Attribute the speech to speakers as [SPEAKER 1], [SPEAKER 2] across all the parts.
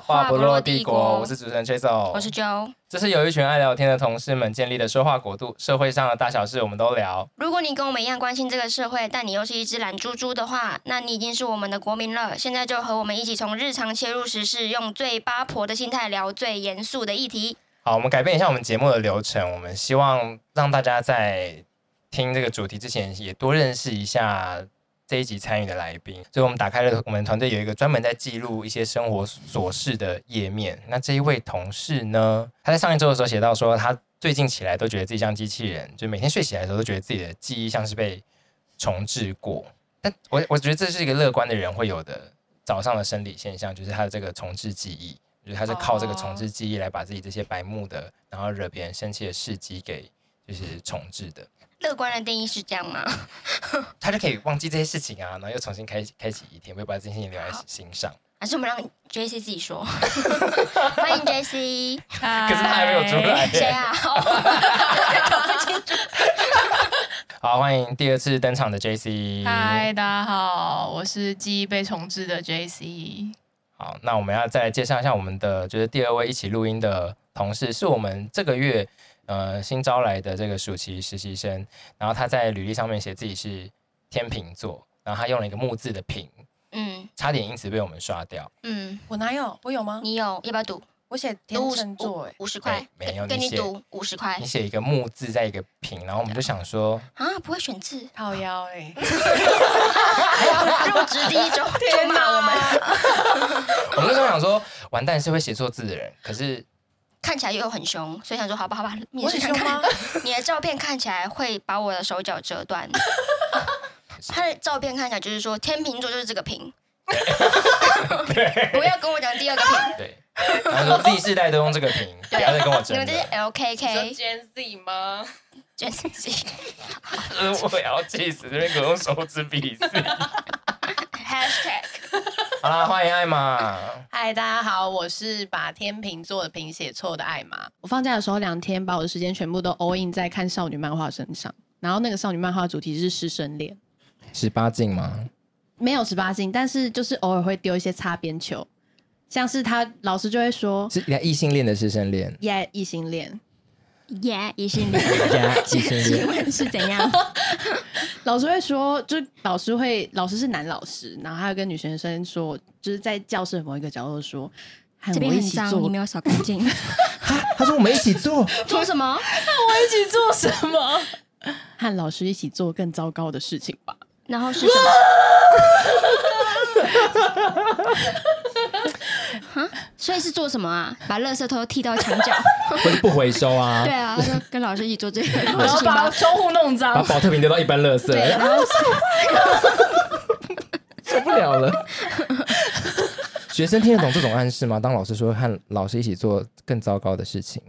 [SPEAKER 1] 话不落帝国，我
[SPEAKER 2] 我
[SPEAKER 1] 是主持人 Chaseo，
[SPEAKER 2] 我是 Joe。
[SPEAKER 1] 这是由一群爱聊天的同事们建立的说话国度，社会上的大小事我们都聊。
[SPEAKER 2] 如果你跟我们一样关心这个社会，但你又是一只懒猪猪的话，那你已经是我们的国民了。现在就和我们一起从日常切入时事，用最八婆的心态聊最严肃的议题。
[SPEAKER 1] 好，我们改变一下我们节目的流程，我们希望让大家在听这个主题之前，也多认识一下这一集参与的来宾。所以我们打开了我们团队有一个专门在记录一些生活琐事的页面。那这一位同事呢，他在上一周的时候写到说，他最近起来都觉得自己像机器人，就每天睡起来的时候都觉得自己的记忆像是被重置过。但我我觉得这是一个乐观的人会有的早上的生理现象，就是他的这个重置记忆，就是他是靠这个重置记忆来把自己这些白目的，然后惹别人生气的事迹给就是重置的，
[SPEAKER 2] 乐观的定义是这样吗？
[SPEAKER 1] 他就可以忘记这些事情啊，然后又重新开开启一天，不会把这些事情留在心上。
[SPEAKER 2] 还是我们让 J C 自己 说？欢迎 J C，
[SPEAKER 1] 可
[SPEAKER 3] 可
[SPEAKER 1] 是他还没有出来耶、
[SPEAKER 2] 谁啊？哦
[SPEAKER 1] 好，欢迎第二次登场的 J C。
[SPEAKER 3] 嗨，大家好，我是记忆被重置的 JC。
[SPEAKER 1] 好，那我们要再来介绍一下我们的，就是第二位一起录音的同事，是我们这个月呃新招来的这个暑期实习生。然后他在履历上面写自己是天秤座，然后他用了一个木字的秤，
[SPEAKER 2] 嗯
[SPEAKER 1] 差点因此被我们刷掉。
[SPEAKER 2] 嗯，
[SPEAKER 4] 我哪有？我有吗？
[SPEAKER 2] 你有要不要赌？
[SPEAKER 4] 我写天
[SPEAKER 2] 赌五
[SPEAKER 4] 秤
[SPEAKER 2] 十
[SPEAKER 4] 座、
[SPEAKER 5] 欸
[SPEAKER 4] 哎，
[SPEAKER 2] 五十块，
[SPEAKER 1] 没没有
[SPEAKER 2] 跟
[SPEAKER 1] 你
[SPEAKER 2] 你
[SPEAKER 1] 写
[SPEAKER 2] 赌五 十块
[SPEAKER 1] 你写一个木字在一个秤，然后我们就想说，
[SPEAKER 2] 啊？不会选 字，
[SPEAKER 4] 靠腰
[SPEAKER 5] 欸
[SPEAKER 4] 哎、
[SPEAKER 2] 入职第一周就骂我们，哎
[SPEAKER 1] 我们那时候想说，完蛋是会写错字的人，可是
[SPEAKER 2] 看起来又很凶，所以想说好吧好吧，你
[SPEAKER 4] 我
[SPEAKER 2] 试
[SPEAKER 4] 很
[SPEAKER 2] 看
[SPEAKER 4] 凶
[SPEAKER 2] 看
[SPEAKER 4] 吗？
[SPEAKER 2] 你的照片看起来会把我的手脚折 断。他的照片看起来就是说天秤座就是这个平， 不要跟我讲第二个平，
[SPEAKER 1] 对，然后说 Z 世代都用这个秤，不要再跟我
[SPEAKER 2] 你
[SPEAKER 1] 争
[SPEAKER 2] 们这些
[SPEAKER 1] 了，
[SPEAKER 2] LKK
[SPEAKER 3] Gen Z 吗？
[SPEAKER 2] 卷自己
[SPEAKER 1] 呃我也要气死，这边给我用手指比试。
[SPEAKER 2] Hashtag
[SPEAKER 1] 好啦，欢迎艾玛。
[SPEAKER 3] 嗨，大家好，我是
[SPEAKER 5] 是把天秤座的平写错的艾玛。我放假的时候两天，把我的时间全部都 all in 在看少女漫画身上。然后那个少女漫画主题是师生恋，
[SPEAKER 1] 十八禁吗？
[SPEAKER 5] 没有十八禁，但是就是偶尔会丢一些擦边球，像是他老师就会说，
[SPEAKER 1] 是异性恋的师生恋
[SPEAKER 5] 耶异性恋，
[SPEAKER 2] 耶，也是你。
[SPEAKER 1] 呀，异性
[SPEAKER 2] 请
[SPEAKER 1] 恋。
[SPEAKER 2] 问是怎 样？
[SPEAKER 5] 老师会说，就是老师会，老师是男老师，然后他会跟女学生说，就是在教室的某一个角落说，喊
[SPEAKER 2] 这
[SPEAKER 5] 我
[SPEAKER 2] 边
[SPEAKER 5] 一
[SPEAKER 2] 很
[SPEAKER 5] 起
[SPEAKER 2] 脏，
[SPEAKER 5] 做
[SPEAKER 2] 你没有扫干 净。
[SPEAKER 1] 他说我们一起做，
[SPEAKER 2] 做什么？
[SPEAKER 5] 一起做什么？ 和老师一起做更糟糕的事情吧。
[SPEAKER 2] 然后是什 么？哈，啊所以是做什么啊？把垃圾都踢到墙角？
[SPEAKER 1] 或是不回收啊
[SPEAKER 2] 对，啊，他说跟老师一起做这个
[SPEAKER 5] 然
[SPEAKER 2] 事
[SPEAKER 5] 后
[SPEAKER 2] 情
[SPEAKER 5] 把
[SPEAKER 2] 吧。
[SPEAKER 5] 窗户弄脏，
[SPEAKER 1] 保特瓶丢到一般垃圾
[SPEAKER 2] 对，然后
[SPEAKER 1] 受不了了。学生听得懂这种暗示吗？当老师说和老师一起做更糟糕的事情，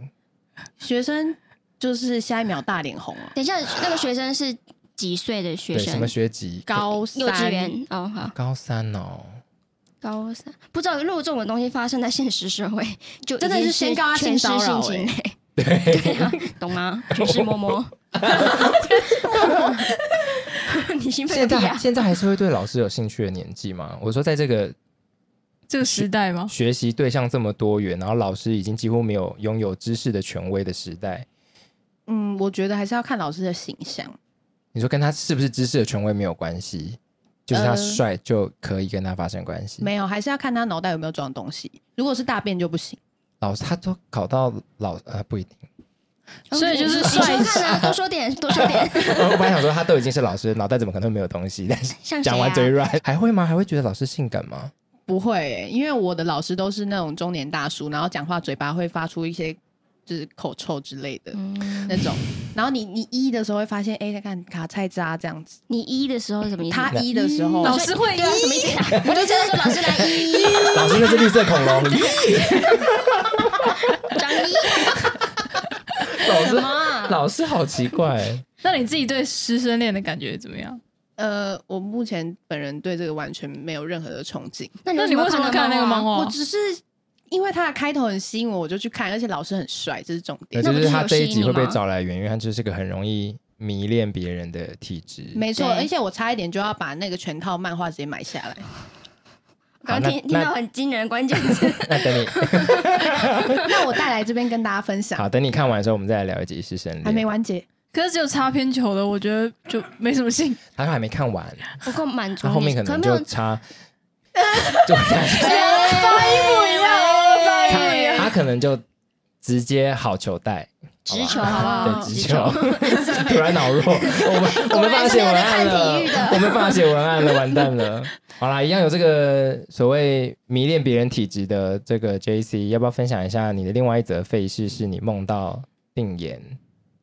[SPEAKER 5] 学生就是下一秒大脸红啊，
[SPEAKER 2] 等一下，那个学生是几岁的学
[SPEAKER 1] 对
[SPEAKER 2] 生
[SPEAKER 1] 什么？学籍？
[SPEAKER 5] 高
[SPEAKER 2] 幼稚
[SPEAKER 5] 三
[SPEAKER 2] 园哦，好，
[SPEAKER 1] 高三哦，
[SPEAKER 2] 高三不知道，如果这种东西发生在现实社会，就
[SPEAKER 5] 真的
[SPEAKER 2] 已经
[SPEAKER 5] 是
[SPEAKER 2] 是
[SPEAKER 5] 先告他
[SPEAKER 2] 全
[SPEAKER 5] 性
[SPEAKER 2] 是
[SPEAKER 5] 骚扰
[SPEAKER 2] 性侵
[SPEAKER 5] 欸
[SPEAKER 2] 嘞。对啊，懂吗？全是摸 摸。你 兴奋
[SPEAKER 1] 现
[SPEAKER 2] 个
[SPEAKER 1] 在
[SPEAKER 2] 屁
[SPEAKER 1] 还
[SPEAKER 2] 啊！
[SPEAKER 1] 现在还是会对老师有兴趣的年纪吗？我说，在这个
[SPEAKER 5] 哦
[SPEAKER 3] 这个时代吗？
[SPEAKER 1] 学习对象这么多元，然后老师已经几乎没有拥有知识的权威的时代，
[SPEAKER 5] 嗯，我觉得还是要看老师的形象。
[SPEAKER 1] 你说跟他是不是知识的权威没有关系，就是他
[SPEAKER 5] 呃
[SPEAKER 1] 帅就可以跟他发生关系。
[SPEAKER 5] 没有，还是要看他脑袋有没有装东西。如果是大便就不行。
[SPEAKER 1] 老师他都考到老呃不一定，
[SPEAKER 3] 所以就是
[SPEAKER 2] 你说
[SPEAKER 3] 帅
[SPEAKER 2] 看啊，多说点， 多说点。
[SPEAKER 1] 我我本来想说他都已经是老师，脑袋怎么可能会没有东 西？但是
[SPEAKER 2] 像谁
[SPEAKER 1] 讲完
[SPEAKER 2] 啊
[SPEAKER 1] 嘴软，还会吗？还会觉得老师性感吗？
[SPEAKER 5] 不会欸、因为我的老师都是那种中年大叔，然后讲话嘴巴会发出一些就是口臭之类的、
[SPEAKER 2] 嗯
[SPEAKER 5] 那种。然后你你一的时候会发现，哎、他看卡菜渣这样子。
[SPEAKER 2] 你一的时候是什么意思？
[SPEAKER 5] 他一的时
[SPEAKER 4] 哦
[SPEAKER 5] 候，
[SPEAKER 3] 老师会
[SPEAKER 2] 对啊，什么意思？ 我就知道说老师来一
[SPEAKER 1] 老师那只绿色恐龙， 咦
[SPEAKER 2] 张一
[SPEAKER 1] 老
[SPEAKER 2] 什么
[SPEAKER 1] 师
[SPEAKER 2] 啊？
[SPEAKER 1] 老师好奇怪，
[SPEAKER 3] 那你自己对师生恋的感觉怎么样？
[SPEAKER 5] 呃，我目前本人对这个完全没有任何的憧憬。
[SPEAKER 3] 那
[SPEAKER 2] 那啊
[SPEAKER 3] 你为什么看那个漫
[SPEAKER 2] 漫画？
[SPEAKER 3] 画
[SPEAKER 5] 我？只是因为他的开头很吸引我，我就去看，而且老师很帅，这是重
[SPEAKER 1] 那
[SPEAKER 5] 点。
[SPEAKER 2] 那
[SPEAKER 1] 就
[SPEAKER 2] 不
[SPEAKER 1] 是
[SPEAKER 2] 是
[SPEAKER 1] 他
[SPEAKER 2] 有
[SPEAKER 1] 这一
[SPEAKER 2] 吸
[SPEAKER 1] 集
[SPEAKER 2] 引
[SPEAKER 1] 会被
[SPEAKER 2] 吗
[SPEAKER 1] 找来的原因，因为他就是个很容易迷恋别人的体质。
[SPEAKER 5] 没错，
[SPEAKER 2] 对
[SPEAKER 5] 而且我差一点就要把那个全套漫画直接买下来。
[SPEAKER 1] 那
[SPEAKER 2] 刚刚听听
[SPEAKER 1] 那
[SPEAKER 2] 到很惊人的关键词，
[SPEAKER 1] 那等你
[SPEAKER 5] 那我带来这边跟大家分享，
[SPEAKER 1] 好，等你看完的时候，我们再来聊一集师生
[SPEAKER 5] 还没
[SPEAKER 1] 恋。
[SPEAKER 5] 完结。
[SPEAKER 4] 可是只有擦边球的，我觉得就没什么兴。
[SPEAKER 1] 他还没看完，
[SPEAKER 2] 不够满足
[SPEAKER 1] 他
[SPEAKER 2] 你。
[SPEAKER 1] 后面可能
[SPEAKER 2] 没有
[SPEAKER 1] 就 差，就
[SPEAKER 2] 发音不哎一样
[SPEAKER 1] 他他可能就直接好球带，
[SPEAKER 2] 直球
[SPEAKER 1] 吧
[SPEAKER 2] 好不好？
[SPEAKER 1] 对，直球。 突然脑弱，我们我们帮他写文案
[SPEAKER 2] 果
[SPEAKER 1] 了
[SPEAKER 2] 然是没有在看体育的，
[SPEAKER 1] 我们帮他写文案了，完蛋了。好啦，一样有这个所谓迷恋别人体质的这个 J C，要不要分享一下你的另外一则费事？是你梦到定言，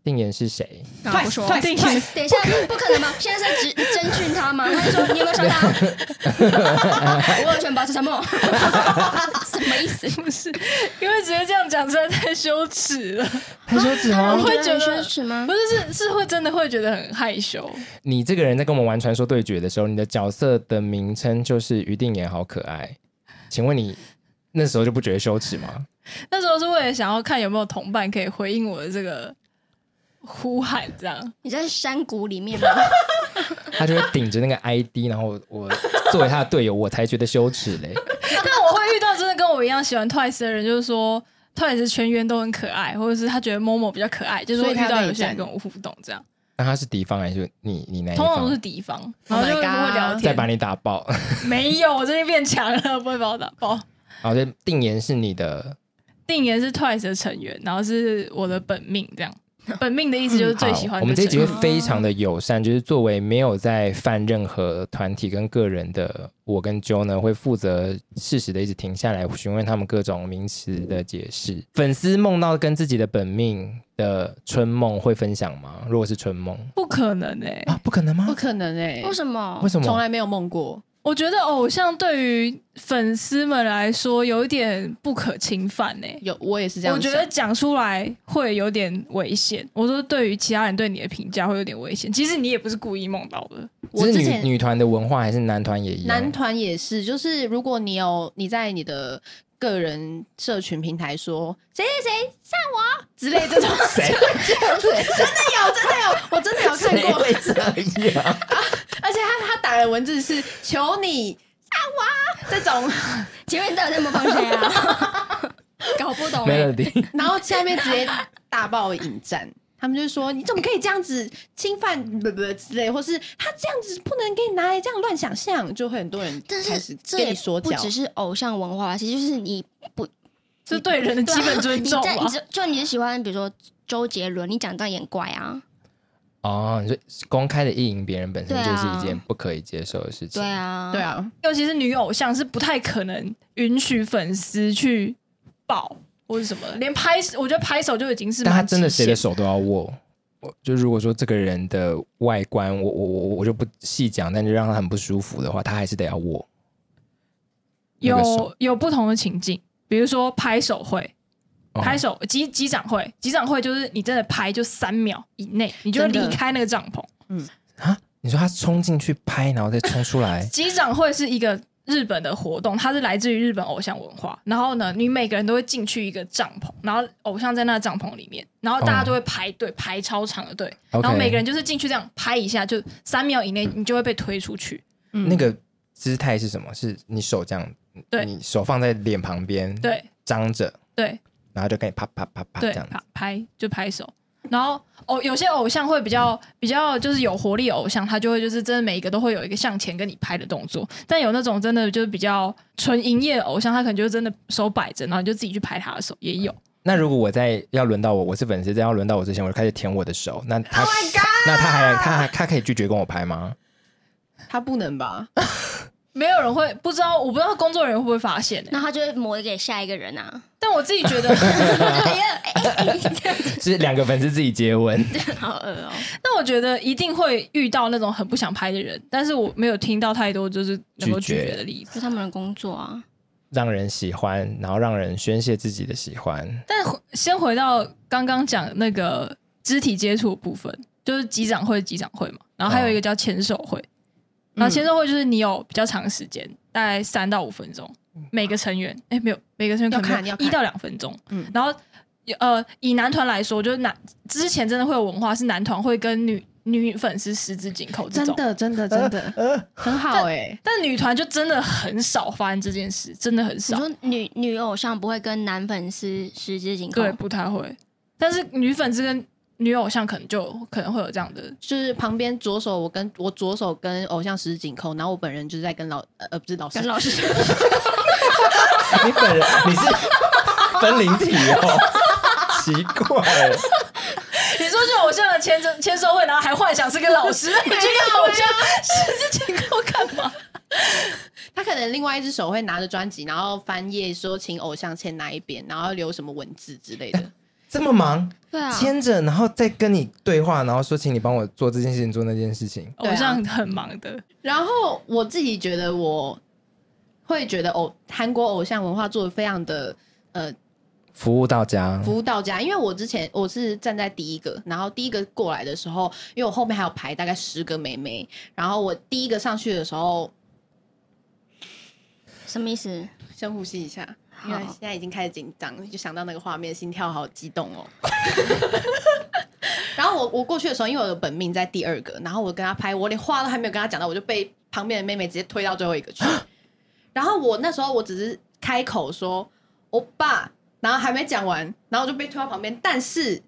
[SPEAKER 1] 定言是谁？
[SPEAKER 2] 然后不说。
[SPEAKER 4] 定 性
[SPEAKER 2] 等一下，不可能吧？现在是在征征询他 吗？他就说你有没有上当？ 我有权保持沉 默，什么意思？
[SPEAKER 4] 不是，因为直接这样讲实在太羞耻了。
[SPEAKER 1] 很羞耻
[SPEAKER 2] 他
[SPEAKER 1] 吗
[SPEAKER 2] 让你
[SPEAKER 4] 会
[SPEAKER 2] 觉得
[SPEAKER 4] 觉得
[SPEAKER 2] 很羞耻吗
[SPEAKER 4] 不？是，是是会真的会觉得很害羞。
[SPEAKER 1] 你这个人在跟我们玩传说对决的时候，你的角色的名称就是于定言，好可爱。请问你那时候就不觉得羞耻吗？
[SPEAKER 4] 那时候是为了想要看有没有同伴可以回应我的这个呼喊，这样。
[SPEAKER 2] 你在山谷里面吗？
[SPEAKER 1] 他就会顶着那个 ID，然后我作为他的队友，我才觉得羞耻嘞。
[SPEAKER 4] 但我会遇到真的跟我一样喜欢 Twice 的人，就是说 Twice 全员都很可爱，或者是他觉得 Momo 比较可爱，就是
[SPEAKER 5] 所以
[SPEAKER 4] 会遇
[SPEAKER 5] 他
[SPEAKER 4] 到
[SPEAKER 5] 被
[SPEAKER 4] 有些人
[SPEAKER 5] 占
[SPEAKER 4] 跟我互动这样，
[SPEAKER 1] 那他是敌方还是你？你那一
[SPEAKER 4] 通常都
[SPEAKER 1] 方
[SPEAKER 4] 是？敌方，
[SPEAKER 5] Oh
[SPEAKER 4] 然后
[SPEAKER 5] my
[SPEAKER 4] 就会跟我聊
[SPEAKER 5] god
[SPEAKER 4] 天。
[SPEAKER 1] 再把你打爆，
[SPEAKER 4] 没有，我最近变强了， 不会把我打爆。
[SPEAKER 1] 然后就定言是你的，
[SPEAKER 4] 定言是 Twice 的成员，然后是我的本命这样。本命的意思就是最喜
[SPEAKER 1] 嗯好
[SPEAKER 4] 欢
[SPEAKER 1] 我
[SPEAKER 4] 的
[SPEAKER 1] 们这一
[SPEAKER 4] 成
[SPEAKER 1] 集会
[SPEAKER 4] 员。
[SPEAKER 1] 非常的友善，就是作为没有在犯任何团体跟个人的我跟 Joe 呢，会负责适时的一直停下来询问他们各种名词的解释。粉丝梦到跟自己的本命的春梦会分享吗？如果是春梦
[SPEAKER 4] 不可能哎、
[SPEAKER 1] 啊，不可能吗
[SPEAKER 5] 不？可能哎、
[SPEAKER 2] 为什么
[SPEAKER 1] 为？什
[SPEAKER 5] 从
[SPEAKER 1] 么？
[SPEAKER 5] 来没有梦过。
[SPEAKER 4] 我觉得偶像对于粉丝们来说有一点不可侵犯哎、
[SPEAKER 5] 有，我也是这样
[SPEAKER 4] 我觉
[SPEAKER 5] 想。
[SPEAKER 4] 得讲出来会有点危险。我说对于其他人对你的评价会有点危险，其实你也不是故意梦到的。
[SPEAKER 5] 我
[SPEAKER 1] 这是
[SPEAKER 5] 之
[SPEAKER 1] 女
[SPEAKER 5] 前
[SPEAKER 1] 女团的文化还是男团也一样？
[SPEAKER 5] 男团也是，就是如果你有你在你的个人社群平台说谁谁谁像我之类这种
[SPEAKER 1] 谁
[SPEAKER 5] 这样子，真的有，真的有，我真的有看
[SPEAKER 1] 谁
[SPEAKER 5] 过，
[SPEAKER 1] 会这 样？
[SPEAKER 5] 而且他他打的文字是求你像我这种，
[SPEAKER 2] 请问你到底在模仿谁啊？搞不懂哎。
[SPEAKER 1] Melody，
[SPEAKER 5] 然后下面直接大爆引战。他们就说：“你怎么可以这样子侵犯不不之类，或是他这样子不能给你拿来这样乱想象，就会很多人
[SPEAKER 2] 但
[SPEAKER 5] 开
[SPEAKER 2] 是
[SPEAKER 5] 始
[SPEAKER 2] 这
[SPEAKER 5] 跟
[SPEAKER 2] 也
[SPEAKER 5] 你说
[SPEAKER 2] 不
[SPEAKER 5] 教。
[SPEAKER 2] 只是偶像文化，其实就是你不
[SPEAKER 4] 这对人的基本尊重
[SPEAKER 2] 对啊你
[SPEAKER 4] 吧
[SPEAKER 2] 在你。就就你是喜欢，比如说周杰伦，你讲这样也很怪啊，
[SPEAKER 1] 哦，你说公开的意淫别人本身
[SPEAKER 2] 对
[SPEAKER 1] 就
[SPEAKER 2] 啊
[SPEAKER 1] 是一件不可以接受的事情。
[SPEAKER 2] 对，啊，
[SPEAKER 5] 对，啊，
[SPEAKER 4] 尤其是女偶像是不太可能允许粉丝去抱或者什么的，连拍我觉得拍手就已经是
[SPEAKER 1] 但他
[SPEAKER 4] 蛮极
[SPEAKER 1] 真的
[SPEAKER 4] 限。
[SPEAKER 1] 谁的手都要握。我就如果说这个人的外观，我我我我就不细讲，但就让他很不舒服的话，他还是得要握。那个手
[SPEAKER 4] 有有不同的情境，比如说拍手会。
[SPEAKER 1] 哦
[SPEAKER 4] 拍手击击掌会，击掌会就是你真的拍就三秒以内，你就
[SPEAKER 5] 真
[SPEAKER 4] 离
[SPEAKER 5] 的
[SPEAKER 4] 开那个帐篷。，
[SPEAKER 1] 啊！你说他冲进去拍，然后再冲出来
[SPEAKER 4] 击掌会是一个日本的活动，它是来自于日本偶像文化。然后呢，你每个人都会进去一个帐篷，然后偶像在那个帐篷里面，然后大家
[SPEAKER 1] 哦
[SPEAKER 4] 就会排队、排超长的队，
[SPEAKER 1] OK
[SPEAKER 4] 然后每个人就是进去这样拍一下，就三秒以内你就会被推出去。
[SPEAKER 5] 嗯
[SPEAKER 1] 那个姿态是什么？是你手这样，
[SPEAKER 4] 对
[SPEAKER 1] 你手放在脸旁边，，
[SPEAKER 4] 对
[SPEAKER 1] 张着，
[SPEAKER 4] 对
[SPEAKER 1] 然后就跟你啪啪啪啪
[SPEAKER 4] 对，
[SPEAKER 1] 嗯啊这样子
[SPEAKER 4] 拍。拍就拍手。然后偶有些偶像会比较比较就是有活力的偶像，他就会就是真的每一个都会有一个向前跟你拍的动作。但有那种真的就是比较纯营业的偶像，他可能就真的手摆着，然后你就自己去拍他的手，也有。
[SPEAKER 1] 那如果我在要轮到我，我是粉丝，在要轮到我之前，我就开始舔我的手，那他那他还他还他可以拒绝跟我拍吗？
[SPEAKER 5] 他不能吧？
[SPEAKER 4] 没有人会不知道，我不知道工作人员会不会发现、 欸、
[SPEAKER 2] 那他就会磨给下一个人啊。
[SPEAKER 4] 但我自己觉得，
[SPEAKER 2] 哎呀，哎哎哎这样子
[SPEAKER 1] 是两个粉丝自己接吻，
[SPEAKER 2] 好恶哦。
[SPEAKER 4] 但我觉得一定会遇到那种很不想拍的人，但是我没有听到太多就是能够拒绝的例子。
[SPEAKER 2] 是他们的工作啊。
[SPEAKER 1] 让人喜欢，然后让人宣泄自己的喜欢。
[SPEAKER 4] 但回先回到刚刚讲那个肢体接触的部分，就是击掌会、击掌会嘛，然后还有一个叫牵手会，然后牵手会就是你有比较长时间，大概三到五分钟，每个成员，哎、没有，每个成员可
[SPEAKER 5] 要看
[SPEAKER 4] 能
[SPEAKER 5] 要看
[SPEAKER 4] 一到两分钟，
[SPEAKER 5] 嗯
[SPEAKER 4] 然后。呃，以男团来说，就是男之前真的会有文化，是男团会跟女女粉丝十指紧扣这
[SPEAKER 5] 真
[SPEAKER 4] 种。
[SPEAKER 5] 的真
[SPEAKER 2] 呃
[SPEAKER 5] 的真的很好哎。
[SPEAKER 4] 但女团就真的很少发生这件事，真的很
[SPEAKER 2] 你
[SPEAKER 4] 少。
[SPEAKER 2] 说女女偶像不会跟男粉丝十指紧扣
[SPEAKER 4] 对，，不太会。但是女粉丝跟女偶像可能就可能会有这样的，
[SPEAKER 5] 就是旁边左手我跟我左手跟偶像十指紧扣，然后我本人就是在跟老呃呃不是老师
[SPEAKER 2] 跟老师
[SPEAKER 1] 你本人你是分灵体哦，奇怪，
[SPEAKER 4] 你说就偶像的签证签售会，然后还幻想是跟 老师，你去跟偶像十指紧扣干嘛？
[SPEAKER 5] 他可能另外一只手会拿着专辑，然后翻页说请偶像签哪一边，然后留什么文字之类 的。
[SPEAKER 1] 这么忙，
[SPEAKER 2] 对啊，
[SPEAKER 1] 牵着，然后再跟你对话，然后说请你帮我做这件事情，做那件事情。
[SPEAKER 5] 对啊
[SPEAKER 4] 偶像很忙的，
[SPEAKER 5] 然后我自己觉得我会觉得偶韩国偶像文化做的非常的呃
[SPEAKER 1] 服务到家，
[SPEAKER 5] 服务到家，因为我之前我是站在第一个，然后第一个过来的时候，因为我后面还有排大概十个妹妹，然后我第一个上去的时候，
[SPEAKER 2] 什么意思？
[SPEAKER 5] 深呼吸一下，因为
[SPEAKER 2] 好
[SPEAKER 5] 现在已经开始紧张，就想到那个画面，心跳好激动哦。 然后我我过去的时候，因为我的本命在第二个，然后我跟他拍，我连话都还没有跟他讲到，我就被旁边的妹妹直接推到最后 一个去。然后我那时候我只是开口说“欧巴”，然后还没讲完，然后我就被推到旁边。但是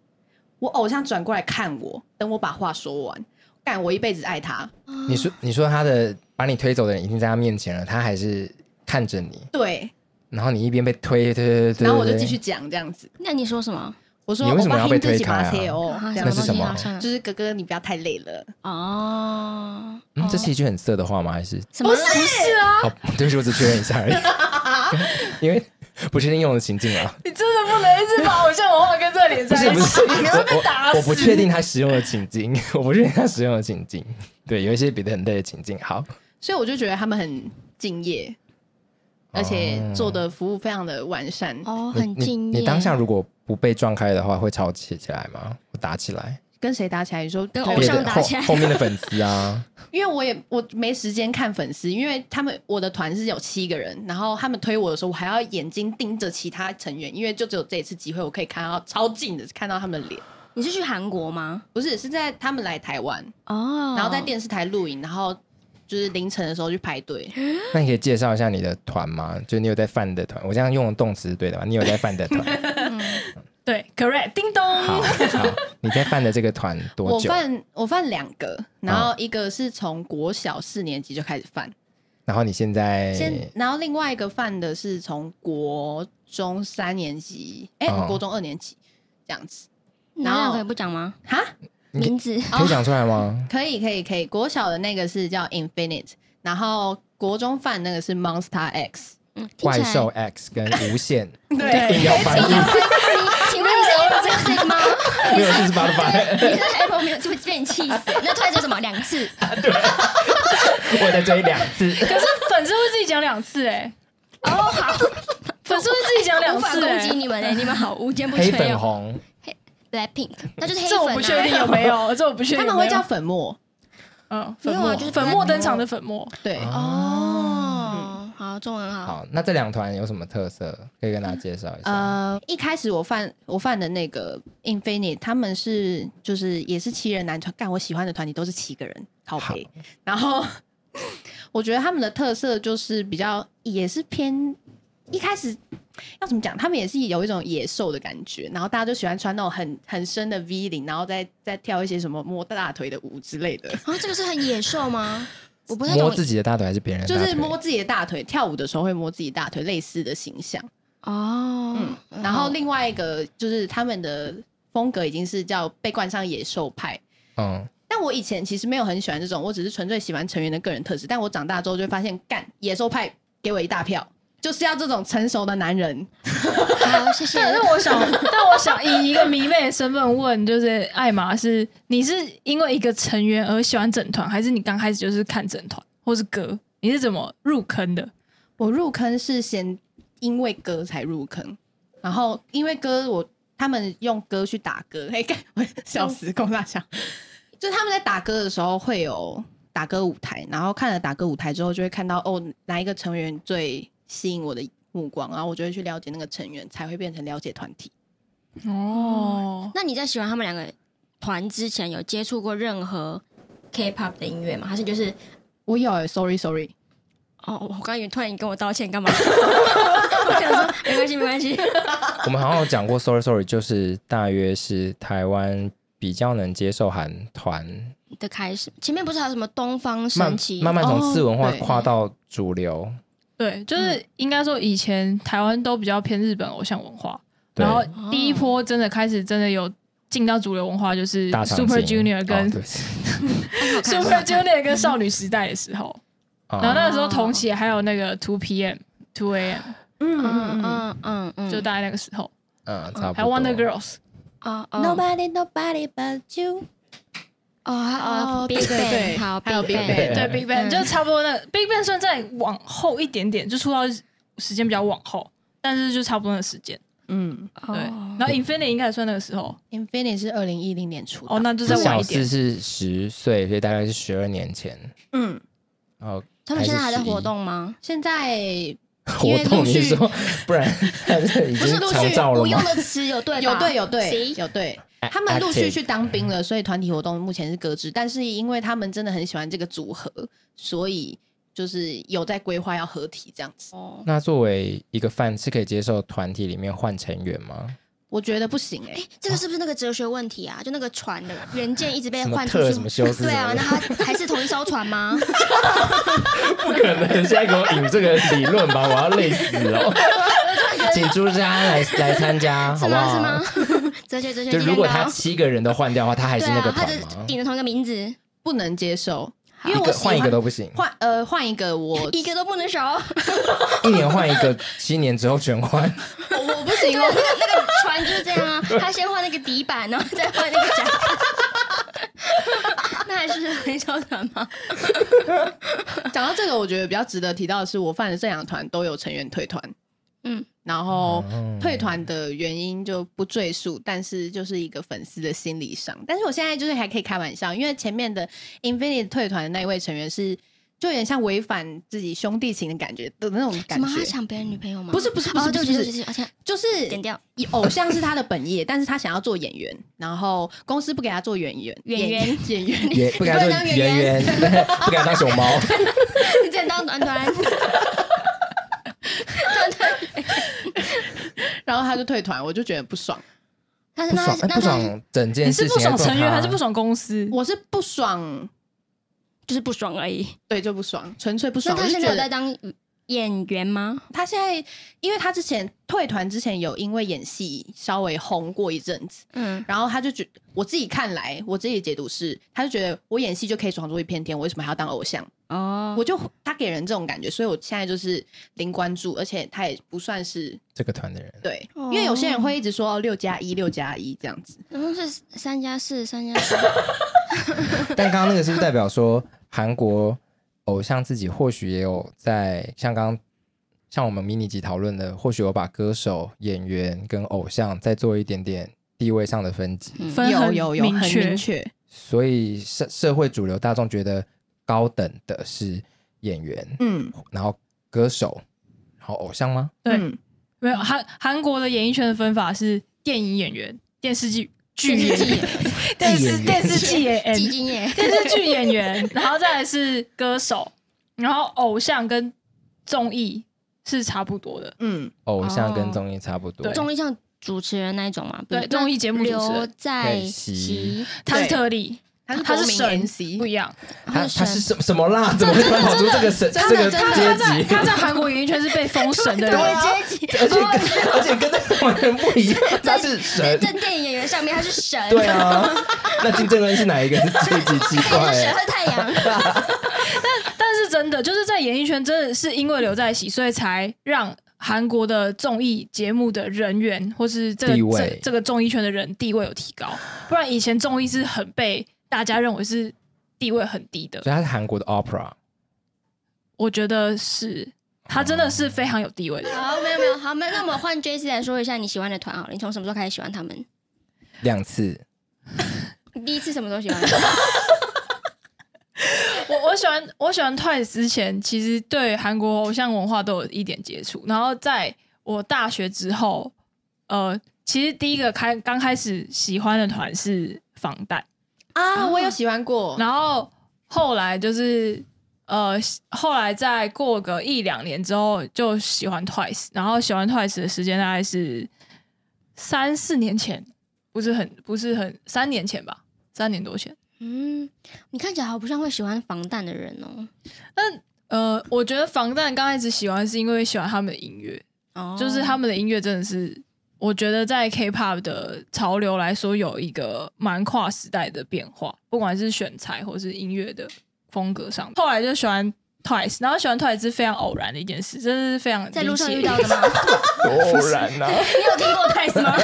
[SPEAKER 5] 我偶像转过来看我，等我把话说完，干我一辈子爱他。
[SPEAKER 1] 你说你说他的把你推走的人已经在他面前了，他还是看着你，
[SPEAKER 5] 对，
[SPEAKER 1] 然后你一边被推，推推推推，
[SPEAKER 5] 然后我就
[SPEAKER 1] 推
[SPEAKER 5] 继续。讲这样子。
[SPEAKER 2] 那你说什么？
[SPEAKER 5] 我说：“
[SPEAKER 1] 你为什么要被推开啊
[SPEAKER 5] 欧巴，听这集吧，C.O.
[SPEAKER 2] 啊
[SPEAKER 1] 那
[SPEAKER 2] 什么
[SPEAKER 5] 这样子
[SPEAKER 1] 是
[SPEAKER 2] 东
[SPEAKER 1] 什
[SPEAKER 2] 西
[SPEAKER 1] 么
[SPEAKER 2] 啊？算了
[SPEAKER 5] 就是哥哥，你不要太累了。
[SPEAKER 2] 哦，
[SPEAKER 1] 嗯，这
[SPEAKER 2] 哦
[SPEAKER 1] 是一句很色的话吗？还是？
[SPEAKER 2] 什么？不是啊，
[SPEAKER 1] 哦，对不起，我只确认一下而已，因为不确定用的情境啊。
[SPEAKER 4] 你真的不能一直把偶像文化跟这里
[SPEAKER 1] 不
[SPEAKER 4] 在
[SPEAKER 1] 是
[SPEAKER 4] 一
[SPEAKER 1] 不
[SPEAKER 4] 起
[SPEAKER 1] 是，，
[SPEAKER 4] 你会被打
[SPEAKER 1] 我
[SPEAKER 4] 死。
[SPEAKER 1] 我不确定他使用的情境， 我不确定他使用的情境。对，有一些别的很累的情境。好，
[SPEAKER 5] 所以我就觉得他们很敬业，而且
[SPEAKER 1] 哦
[SPEAKER 5] 做的服务非常的完善。
[SPEAKER 2] 哦，
[SPEAKER 1] 你
[SPEAKER 2] 很敬
[SPEAKER 1] 你
[SPEAKER 2] 业。
[SPEAKER 1] 你当下如果不被撞开的话，会吵起起来吗？会打起来？
[SPEAKER 5] 跟谁打起来？你说
[SPEAKER 2] 跟
[SPEAKER 5] 对
[SPEAKER 2] 偶
[SPEAKER 1] 别
[SPEAKER 2] 像
[SPEAKER 1] 的
[SPEAKER 2] 打
[SPEAKER 1] 后
[SPEAKER 2] 起来
[SPEAKER 1] 后面的粉丝啊，
[SPEAKER 5] 因为我也我没时间看粉丝，因为他们我的团是有七个人，然后他们推我的时候，我还要眼睛盯着其他成员，因为就只有这一次机会，我可以看到超近的看到他们的脸。
[SPEAKER 2] 你是去韩国吗？
[SPEAKER 5] 不是，是在他们来台湾，
[SPEAKER 2] 哦，
[SPEAKER 5] 然后在电视台录影，然后就是凌晨的时候去排队。
[SPEAKER 1] 那你可以介绍一下你的团吗？就你有在犯的团，我这样用的动词是对的吧？你有在犯的团，
[SPEAKER 4] 对，correct，叮
[SPEAKER 1] 好，
[SPEAKER 4] 咚。
[SPEAKER 1] 好，你在犯的这个团
[SPEAKER 5] 我
[SPEAKER 1] 多久？啊
[SPEAKER 5] 犯我犯两个，然后一个是从国小四年级就开始犯。
[SPEAKER 1] 然后你现在
[SPEAKER 4] 哎
[SPEAKER 5] 先，然后另外一个犯的是从国中三年级，哎、
[SPEAKER 1] 哦
[SPEAKER 5] 国中二年级这样子
[SPEAKER 2] 哪两个也不讲吗？
[SPEAKER 5] 哈，
[SPEAKER 1] 你
[SPEAKER 2] 名字
[SPEAKER 1] 可以讲出来吗？
[SPEAKER 5] 可以可以可以，国小的那个是叫 Infinite，然后国中犯那个是 Monster X，
[SPEAKER 2] 嗯 听起
[SPEAKER 1] 怪
[SPEAKER 2] 来哎
[SPEAKER 1] 兽 X 跟无 限，
[SPEAKER 4] 对
[SPEAKER 1] 硬要翻译，
[SPEAKER 2] 你请问你是 Apple Music 吗？
[SPEAKER 1] 没有就是 Spotify。
[SPEAKER 2] 你是 Apple Music 会被你气死？那突然就什么两次？
[SPEAKER 1] 我再追两次。
[SPEAKER 4] 可是粉丝会自己讲两次 哎、
[SPEAKER 2] 哦，好，
[SPEAKER 4] 粉丝会自己讲两
[SPEAKER 2] 无法
[SPEAKER 4] 次、
[SPEAKER 2] 攻
[SPEAKER 4] 欸
[SPEAKER 2] 击。你们哎，你们好无坚不
[SPEAKER 1] 黑
[SPEAKER 2] 摧
[SPEAKER 1] 粉
[SPEAKER 2] 哦。
[SPEAKER 1] 红，
[SPEAKER 2] Black Pink，那就是黑粉
[SPEAKER 4] 这
[SPEAKER 2] 啊。
[SPEAKER 4] 我不确定有没有，这我不确定
[SPEAKER 5] 他
[SPEAKER 4] 有没
[SPEAKER 5] 们
[SPEAKER 4] 有。
[SPEAKER 5] 会叫粉末，
[SPEAKER 4] 嗯
[SPEAKER 2] 没
[SPEAKER 4] 粉
[SPEAKER 2] 有
[SPEAKER 4] 末，
[SPEAKER 2] 啊就是
[SPEAKER 4] 粉末登场的粉末。
[SPEAKER 5] 对，
[SPEAKER 2] 哎哦，好，中文好。
[SPEAKER 1] 好，那这两团有什么特色？可以跟大家介绍一下。
[SPEAKER 5] 呃，一开始我犯我犯的那个 Infinite，他们是就是也是七人男团，干我喜欢的团体都是七个人，靠背。然后 我觉得他们的特色就是比较也是偏一开始要怎么讲，他们也是有一种野兽的感觉，然后大家就喜欢穿那种很很深的 V 领，然后再再跳一些什么摸大腿的舞之类的，
[SPEAKER 2] 啊，这个是很野兽吗？我不太
[SPEAKER 1] 摸
[SPEAKER 2] 懂
[SPEAKER 1] 自己的大腿还是别人的
[SPEAKER 5] 就
[SPEAKER 1] 大腿？
[SPEAKER 5] 是摸自己的大腿，跳舞的时候会摸自己大腿，类似的形象。
[SPEAKER 2] 哦。
[SPEAKER 5] 然后
[SPEAKER 2] 好
[SPEAKER 5] 另外一个就是他们的风格已经是叫被冠上野兽派。
[SPEAKER 1] 嗯，
[SPEAKER 5] 但我以前其实没有很喜欢这种，我只是纯粹喜欢成员的个人特质。但我长大之后就会发现，干野兽派给我一大票，就是要这种成熟的男人。
[SPEAKER 2] 好，谢谢。
[SPEAKER 4] 但是我想， 但我想以一个迷妹的身份问，就是艾玛是你是因为一个成员而喜欢整团，还是你刚开始就是看整团或是歌？你是怎么入坑的？
[SPEAKER 5] 我入坑是先因为歌才入坑，然后因为歌我他们用歌去打歌，哎、干我笑死，
[SPEAKER 2] 哦
[SPEAKER 5] 够大笑。就是他们在打歌的时候会有打歌舞台，然后看了打歌舞台之后，就会看到哦哪一个成员最吸引我的目光，然后我就会去了解那个成员，才会变成了解团体。
[SPEAKER 4] 哦，
[SPEAKER 2] 那你在喜欢他们两个团之前有接触过任何 K-pop 的音乐吗？还是就是
[SPEAKER 5] 我有、欸、，sorry sorry，
[SPEAKER 2] 哦，我刚以为突然你跟我道歉干嘛？ 我想说没关系，没关系。
[SPEAKER 1] 我们好像有讲过，sorry sorry，就是大约是台湾比较能接受韩团，
[SPEAKER 2] 的开始，前面不是还有什么东方
[SPEAKER 1] 慢
[SPEAKER 2] 神奇？
[SPEAKER 1] 慢慢从
[SPEAKER 5] 哦
[SPEAKER 1] 次文化
[SPEAKER 5] 对
[SPEAKER 1] 跨到主流，
[SPEAKER 4] 对，就是应该说以前台湾都比较偏日本偶像文化，
[SPEAKER 1] 对
[SPEAKER 4] 然后第一波真的开始真的有进到主流文化，就是
[SPEAKER 1] 大场景
[SPEAKER 4] Super Junior
[SPEAKER 1] 哦
[SPEAKER 4] 跟
[SPEAKER 1] 对不起
[SPEAKER 2] 好看
[SPEAKER 4] Super Junior 跟少女时代的时候，
[SPEAKER 1] 哦
[SPEAKER 4] 然后那个时候同期还有那个 Two PM、Two AM，
[SPEAKER 5] 嗯
[SPEAKER 2] 嗯嗯嗯嗯，
[SPEAKER 4] 就大概那个时候，
[SPEAKER 1] 嗯，差不多。
[SPEAKER 4] 还有 Wonder Girls，
[SPEAKER 2] 啊啊
[SPEAKER 5] 哦 Nobody nobody but you，
[SPEAKER 2] 哦哦
[SPEAKER 5] 哦
[SPEAKER 2] ，Big
[SPEAKER 5] 对对
[SPEAKER 2] Bang，
[SPEAKER 5] 对
[SPEAKER 2] 好
[SPEAKER 5] 还有
[SPEAKER 2] Big
[SPEAKER 5] Big
[SPEAKER 1] Bang
[SPEAKER 2] Bang，
[SPEAKER 1] 对
[SPEAKER 4] 对 Big Bang
[SPEAKER 2] 嗯
[SPEAKER 4] 就差不多那 Big Bang 算在往后一点点，就出道时间比较往后，但是就差不多那时间。
[SPEAKER 5] 嗯
[SPEAKER 4] 对，
[SPEAKER 2] 哦
[SPEAKER 4] 然后 Infinity 应该也算那个时候，
[SPEAKER 5] ，Infinity 是二零一零年出的，
[SPEAKER 4] 哦，那就再晚
[SPEAKER 1] 小
[SPEAKER 4] 一点
[SPEAKER 1] 四。是十岁，所以大概是十二年前。
[SPEAKER 5] 嗯，
[SPEAKER 1] 哦，
[SPEAKER 2] 他们现在还在活动吗？
[SPEAKER 5] 现在因
[SPEAKER 1] 活
[SPEAKER 5] 为
[SPEAKER 1] 动
[SPEAKER 5] 陆
[SPEAKER 1] 你
[SPEAKER 5] 续
[SPEAKER 1] 是说，不然已
[SPEAKER 2] 不是
[SPEAKER 1] 经
[SPEAKER 2] 陆
[SPEAKER 1] 长
[SPEAKER 2] 续
[SPEAKER 1] 照了
[SPEAKER 2] 无
[SPEAKER 1] 吗哎
[SPEAKER 2] 用？的词有对吧
[SPEAKER 5] 有对有对
[SPEAKER 2] See？
[SPEAKER 5] 有对，他们陆
[SPEAKER 1] Active
[SPEAKER 5] 续去当兵了，所以团体活动目前是搁置。但是因为他们真的很喜欢这个组合，所以就是有在规划要合体这样子。
[SPEAKER 2] 哦，
[SPEAKER 1] 哎那作为一个饭是可以接受团体里面换成员吗？
[SPEAKER 5] 我觉得不行哎、
[SPEAKER 2] 哎，这个是不是那个哲学问题啊？就那个船的原件一直被
[SPEAKER 1] 什么
[SPEAKER 2] 换出
[SPEAKER 1] 特
[SPEAKER 2] 去，
[SPEAKER 1] 什么修斯
[SPEAKER 2] 对
[SPEAKER 1] 什
[SPEAKER 2] 啊，
[SPEAKER 1] 么的
[SPEAKER 2] 那他还是同一艘 船吗？
[SPEAKER 1] 不可能！现在给我引这个理论吧，我要累死哦！请朱家来来参加，
[SPEAKER 2] 是
[SPEAKER 1] 好不
[SPEAKER 2] 吗？是
[SPEAKER 1] 好？
[SPEAKER 2] 吗？ 哲学哲学
[SPEAKER 1] 就
[SPEAKER 2] 鸡
[SPEAKER 1] 如果
[SPEAKER 2] 蛋
[SPEAKER 1] 他
[SPEAKER 2] 糕
[SPEAKER 1] 七个人都换掉的话，他还是
[SPEAKER 2] 对
[SPEAKER 1] 那
[SPEAKER 2] 啊
[SPEAKER 1] 个，
[SPEAKER 2] 他
[SPEAKER 1] 团
[SPEAKER 2] 就
[SPEAKER 1] 吗？
[SPEAKER 2] 顶着同一个名字，
[SPEAKER 5] 不能接受，因
[SPEAKER 1] 一
[SPEAKER 5] 为我
[SPEAKER 1] 个
[SPEAKER 5] 喜
[SPEAKER 1] 换
[SPEAKER 5] 欢
[SPEAKER 1] 一个都不行，
[SPEAKER 5] 换呃换 一个我
[SPEAKER 2] 一个都不能少。
[SPEAKER 1] 一年换一个，七年之后全换。
[SPEAKER 5] 我我不行
[SPEAKER 2] 那
[SPEAKER 5] 哦，
[SPEAKER 2] 个那个船就是这样啊，他先换那个底板，然后再换那个甲板。那还是很小船吗？
[SPEAKER 5] 讲到这个，我觉得比较值得提到的是，我犯的这两团都有成员退团，
[SPEAKER 2] 嗯，
[SPEAKER 5] 然后
[SPEAKER 1] 嗯
[SPEAKER 5] 退团的原因就不赘述，但是就是一个粉丝的心理伤。但是我现在就是还可以开玩笑，因为前面的 Infinity 退团的那一位成员是就有点像违反自己兄弟情的感觉的那种
[SPEAKER 2] 什
[SPEAKER 5] 感
[SPEAKER 2] 么？他
[SPEAKER 5] 觉，
[SPEAKER 2] 抢别人女朋友吗？
[SPEAKER 5] 不是不是不
[SPEAKER 2] 哦，
[SPEAKER 5] 是
[SPEAKER 2] 对
[SPEAKER 5] 不
[SPEAKER 2] 不起对
[SPEAKER 5] 是不
[SPEAKER 2] 不起，
[SPEAKER 5] 是，
[SPEAKER 2] 而且
[SPEAKER 5] 就是
[SPEAKER 2] 点掉
[SPEAKER 5] 以偶像是他的本业，但是他想要做演员，然后公司不给他做演员，
[SPEAKER 2] 演
[SPEAKER 5] 演
[SPEAKER 2] 员
[SPEAKER 5] 演员，
[SPEAKER 1] 也不敢
[SPEAKER 2] 不
[SPEAKER 1] 做
[SPEAKER 2] 能当
[SPEAKER 1] 圆
[SPEAKER 2] 圆
[SPEAKER 1] 圆， 不敢当熊猫。
[SPEAKER 2] 你只能当短短。
[SPEAKER 5] 然后他就退团，我就觉得不爽。
[SPEAKER 2] 但是
[SPEAKER 1] 不
[SPEAKER 2] 那
[SPEAKER 1] 爽，哎
[SPEAKER 2] 那
[SPEAKER 1] 不
[SPEAKER 2] 他
[SPEAKER 1] 爽整件
[SPEAKER 4] 你
[SPEAKER 1] 事
[SPEAKER 4] 是
[SPEAKER 1] 情
[SPEAKER 4] 不
[SPEAKER 1] 还
[SPEAKER 4] 爽
[SPEAKER 1] 是
[SPEAKER 4] 成员
[SPEAKER 1] 他
[SPEAKER 4] 还是不？爽公司？
[SPEAKER 5] 我是不爽，
[SPEAKER 2] 就是不爽而已。
[SPEAKER 5] 对，就不爽，纯粹不
[SPEAKER 2] 那
[SPEAKER 5] 爽。
[SPEAKER 2] 他
[SPEAKER 5] 我就
[SPEAKER 2] 现在
[SPEAKER 5] 觉
[SPEAKER 2] 有在
[SPEAKER 5] 得
[SPEAKER 2] 当演员吗？
[SPEAKER 5] 他现在，因为他之前退团之前有因为演戏稍微红过一阵子，
[SPEAKER 2] 嗯，
[SPEAKER 5] 然后他就觉，我自己看来，我自己的解读是，他就觉得我演戏就可以闯出一片天，我为什么还要当偶像？
[SPEAKER 2] 哦，
[SPEAKER 5] 我就他给人这种感觉，所以我现在就是零关注，而且他也不算是
[SPEAKER 1] 这个团的人，
[SPEAKER 5] 对，
[SPEAKER 2] 哦
[SPEAKER 5] 因为有些人会一直说六加一、六加一这样子，
[SPEAKER 2] 然后是三加四，三加四。
[SPEAKER 1] 但刚刚那个是不是代表说韩国偶像自己或许也有在像刚像我们迷你集讨论的，或许有把歌手、演员跟偶像再做一点点地位上的分级，
[SPEAKER 2] 嗯
[SPEAKER 4] 分
[SPEAKER 5] 有
[SPEAKER 4] 很
[SPEAKER 5] 有有
[SPEAKER 4] 明
[SPEAKER 5] 很
[SPEAKER 4] 确
[SPEAKER 5] 明确，
[SPEAKER 1] 所以社社会主流大众觉得高等的是演员，
[SPEAKER 5] 嗯，
[SPEAKER 1] 然后歌手，然后偶像吗？
[SPEAKER 4] 对
[SPEAKER 5] 嗯
[SPEAKER 4] 没有韩韩国的演艺圈的分法是电影演员、电视剧剧
[SPEAKER 2] 电视
[SPEAKER 4] 演
[SPEAKER 2] 剧
[SPEAKER 4] 员、电视
[SPEAKER 1] 剧演员
[SPEAKER 4] 电视剧演员、
[SPEAKER 2] 基金耶，
[SPEAKER 4] 电视剧演员，然后再来是歌手，然后偶像跟综艺是差不多的。
[SPEAKER 5] 嗯，
[SPEAKER 1] 偶像
[SPEAKER 2] 哦
[SPEAKER 1] 跟综艺差不多，
[SPEAKER 2] 综艺像主持人那一种嘛，比如
[SPEAKER 4] 对综艺节目主持人
[SPEAKER 2] 刘在
[SPEAKER 1] 对
[SPEAKER 2] 熙
[SPEAKER 1] 熙，
[SPEAKER 4] 他是特例，
[SPEAKER 5] 他是
[SPEAKER 4] 他是
[SPEAKER 5] 国民
[SPEAKER 4] 神
[SPEAKER 5] MC
[SPEAKER 4] 不一样。
[SPEAKER 1] 他他
[SPEAKER 2] 神
[SPEAKER 1] 是什么什么啦？怎么会突然跑出这个神这个
[SPEAKER 5] 真的
[SPEAKER 4] 他在
[SPEAKER 1] 阶级？
[SPEAKER 4] 他在韩国演艺圈是被封 神的
[SPEAKER 2] 阶
[SPEAKER 4] 人，哦啊
[SPEAKER 2] 级，
[SPEAKER 1] 而且跟而且跟那个完全不一样，他是神。
[SPEAKER 2] 在电影演员上面他是神，
[SPEAKER 1] 对啊，那金正恩是哪一个？这一集奇
[SPEAKER 2] 他
[SPEAKER 1] 怪
[SPEAKER 2] 是神
[SPEAKER 1] 欸。
[SPEAKER 2] 和太阳。
[SPEAKER 4] 但是真的就是在演艺圈，真的是因为刘在熙，所以才让韩国的综艺节目的人员或是这个
[SPEAKER 1] 地位
[SPEAKER 4] 这这个综艺圈的人地位有提高，不然以前综艺是很被大家认为是地位很低的
[SPEAKER 1] 所以。他是韩国的 opera，
[SPEAKER 4] 我觉得是他真的是非常有地位的 人。
[SPEAKER 2] 好，没有没有，好，那那我们换 J C 来说一下你喜欢的团好了，你从什么时候开始喜欢他们？
[SPEAKER 1] 两次
[SPEAKER 2] 你第一次什么时候喜欢？
[SPEAKER 4] 我我喜欢我喜欢 Twice 之前，其实对韩国偶像文化都有一点接触，然后在我大学之后，呃，其实第一个开刚开始喜欢的团是防弹，
[SPEAKER 5] 啊，我有喜欢过，
[SPEAKER 4] 然后后来就是呃，后来再过个一两年之后就喜欢 Twice，然后喜欢 Twice 的时间大概是三四年前，不是很不是很三年前吧，三年多前。
[SPEAKER 2] 嗯，你看起来好不像会喜欢防弹的人哦。
[SPEAKER 4] 呃，我觉得防弹刚开始喜欢是因为喜欢他们的音乐，
[SPEAKER 2] 哦
[SPEAKER 4] 就是他们的音乐真的是，我觉得在 K-pop 的潮流来说，有一个蛮跨时代的变化，不管是选材或是音乐的风格上。后来就喜欢 Twice，然后喜欢 Twice 是非常偶然的一件事，这是非常
[SPEAKER 2] 在路上
[SPEAKER 4] 理解
[SPEAKER 2] 遇到 的吗？
[SPEAKER 1] 多偶然啊呐、
[SPEAKER 2] 你有听过 Twice 吗？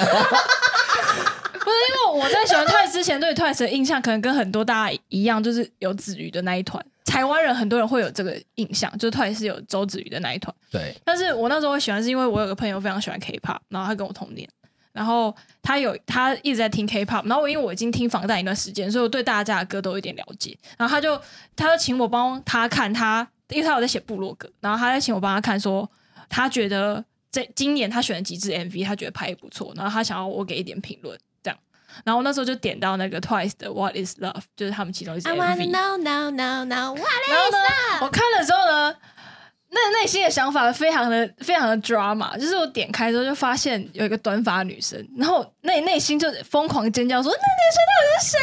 [SPEAKER 4] 不是因为我在喜欢 Twice 之前，对 Twice 的印象可能跟很多大家一样，就是有子瑜的那一团。台湾人很多人会有这个印象，就是 Twice 有周子瑜的那一团。
[SPEAKER 1] 对，
[SPEAKER 4] 但是我那时候会喜欢是因为我有个朋友非常喜欢 K-pop，然后他跟我同年，然后他有他一直在听 K-pop，然后我因为我已经听防弹一段时间，所以我对大家的歌都有一点了解。然后他就他就请我帮他看他，因为他有在写部落格，然后他就请我帮他看说他觉得这今年他选了几支 MV，他觉得拍也不错，然后他想要我给一点评论这样。然后我那时候就点到那个 Twice 的 What Is Love，就是他们其中一支 MV。
[SPEAKER 5] I wanna know now now now what？
[SPEAKER 4] 然后呢，我看了之后呢，那内心的想法非常的非常的 drama，就是我点开之后就发现有一个短发女生，然后我内内心就疯狂尖叫说：“那女生到底是谁？”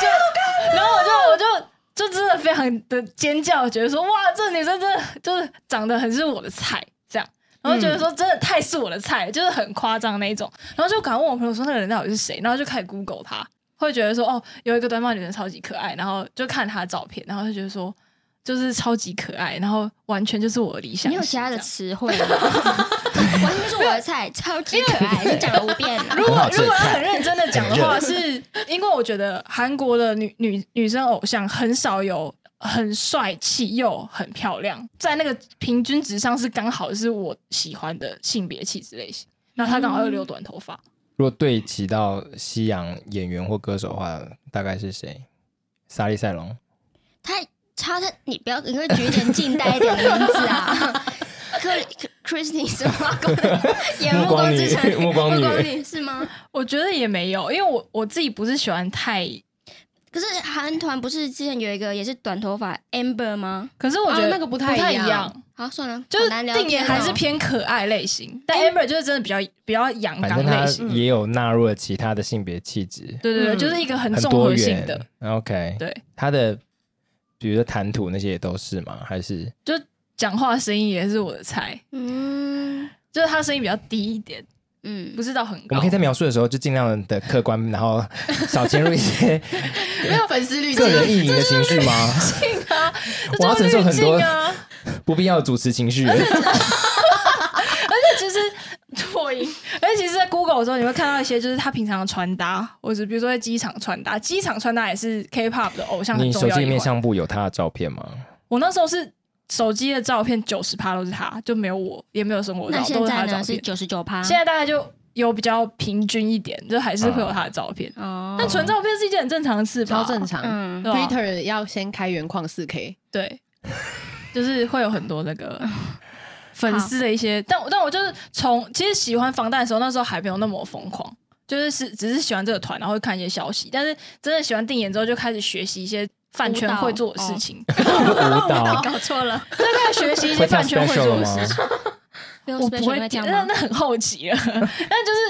[SPEAKER 4] 就然后我就我就就真的非常的尖叫，觉得说：“哇，这女生真的就是长得很是我的菜。”这样。然后觉得说真的太是我的菜，就是很夸张那一种。然后就赶快问我朋友说那个人到底是谁，然后就开始 Google 她，会觉得说哦有一个短发女生超级可爱，然后就看她的照片，然后就觉得说就是超级可爱，然后完全就是我的理想。
[SPEAKER 2] 你有其他的？词汇吗？ 完全就是我的菜，超级可爱，你讲了五遍了。
[SPEAKER 1] 很
[SPEAKER 4] 如果
[SPEAKER 1] 好吃
[SPEAKER 4] 如
[SPEAKER 1] 的
[SPEAKER 4] 果要
[SPEAKER 1] 菜
[SPEAKER 4] 很认真的讲的话，是因为我觉得韩国的女女女生偶像很少有很帅气又很漂亮，在那个平均值上是刚好是我喜欢的性别气质类型。然后她刚好又留短头发，
[SPEAKER 1] 如果对齐到西洋演员或歌手的话，大概是谁？莎莉赛隆，
[SPEAKER 2] 他差他，你不要，你会举点近代一点的名字 啊。克 Christine 是吗？ 演《
[SPEAKER 1] 暮
[SPEAKER 2] 暮
[SPEAKER 1] 光
[SPEAKER 2] 光
[SPEAKER 1] 女
[SPEAKER 2] 之城》
[SPEAKER 1] 暮光女
[SPEAKER 2] 女是吗？
[SPEAKER 4] 我觉得也没有，因为我我自己不是喜欢太，
[SPEAKER 2] 可是韩团不是之前有一个也是短头发 Amber 吗？
[SPEAKER 4] 可是我觉得、
[SPEAKER 5] 啊那个不太
[SPEAKER 4] 太
[SPEAKER 5] 一样
[SPEAKER 4] 样，
[SPEAKER 2] 好，算了，
[SPEAKER 4] 就是
[SPEAKER 2] 好难聊
[SPEAKER 4] 定
[SPEAKER 2] 天哦
[SPEAKER 4] 也
[SPEAKER 2] 哎
[SPEAKER 4] 还是偏可爱类型，但 Amber 就是真的比较比较阳
[SPEAKER 1] 反
[SPEAKER 4] 刚
[SPEAKER 1] 正他
[SPEAKER 4] 类型，
[SPEAKER 1] 也有纳入了其他的性别气质，
[SPEAKER 4] 对对对，
[SPEAKER 5] 嗯
[SPEAKER 4] 就是一个很
[SPEAKER 1] 很
[SPEAKER 4] 综
[SPEAKER 1] 多
[SPEAKER 4] 合性的
[SPEAKER 1] 元。。OK，
[SPEAKER 4] 对，
[SPEAKER 1] 他的比如说谈吐那些也都是吗？还是
[SPEAKER 4] 讲话声音也是我的菜，
[SPEAKER 2] 嗯
[SPEAKER 4] 就是他声音比较低一点，
[SPEAKER 2] 嗯
[SPEAKER 4] 不，是到很
[SPEAKER 1] 我
[SPEAKER 4] 高。
[SPEAKER 1] 们可以在 描述的时候就尽量的客观，然后少牵入一些
[SPEAKER 5] 没有粉丝滤
[SPEAKER 1] 个人意淫的情绪吗？
[SPEAKER 4] 啊，
[SPEAKER 1] 我要承
[SPEAKER 4] 这就是
[SPEAKER 1] 受
[SPEAKER 4] 滤
[SPEAKER 1] 很
[SPEAKER 4] 镜
[SPEAKER 1] 多
[SPEAKER 4] 啊。
[SPEAKER 1] 不必要的主持情 绪。
[SPEAKER 4] 其实破音，而且其实，在 Google 的时候，你会看到一些就是他平常的穿搭，或者比如说在机场穿搭，机场穿搭也是 K-pop 的偶像很
[SPEAKER 1] 你
[SPEAKER 4] 重
[SPEAKER 1] 手
[SPEAKER 4] 要
[SPEAKER 1] 机
[SPEAKER 4] 的
[SPEAKER 1] 里
[SPEAKER 4] 一
[SPEAKER 1] 面
[SPEAKER 4] 环。
[SPEAKER 1] 相簿有他的照片吗？
[SPEAKER 4] 我那时候是手机的照片九十趴都是他，就没有我，也没有生活照
[SPEAKER 2] 那，现
[SPEAKER 4] 都是
[SPEAKER 2] 在
[SPEAKER 4] 他的
[SPEAKER 2] 呢
[SPEAKER 4] 照
[SPEAKER 2] 是
[SPEAKER 4] 片。
[SPEAKER 2] 九十九趴，
[SPEAKER 4] 现在大概就有比较平均一点，就还是会有他的照片。
[SPEAKER 2] 哦，
[SPEAKER 4] 但纯照片是一件很正常的事吧？
[SPEAKER 5] 超正常。
[SPEAKER 2] 嗯，
[SPEAKER 4] 对吧啊
[SPEAKER 5] Twitter 要先开原矿四 K，
[SPEAKER 4] 对， 就是会有很多那 个粉丝的一些，但但我就是从其实喜欢防弹的时候，那时候还没有那么疯狂，就是是只是喜欢这个团，然后会看一些消息，但是真的喜欢定演之后，就开始学习一些饭圈会做的事情，
[SPEAKER 1] 舞 蹈
[SPEAKER 2] 搞错了，
[SPEAKER 4] 就哦开始学习一些饭圈会做的事情。我不会
[SPEAKER 2] 讲
[SPEAKER 4] 点，那那很后期了， 但就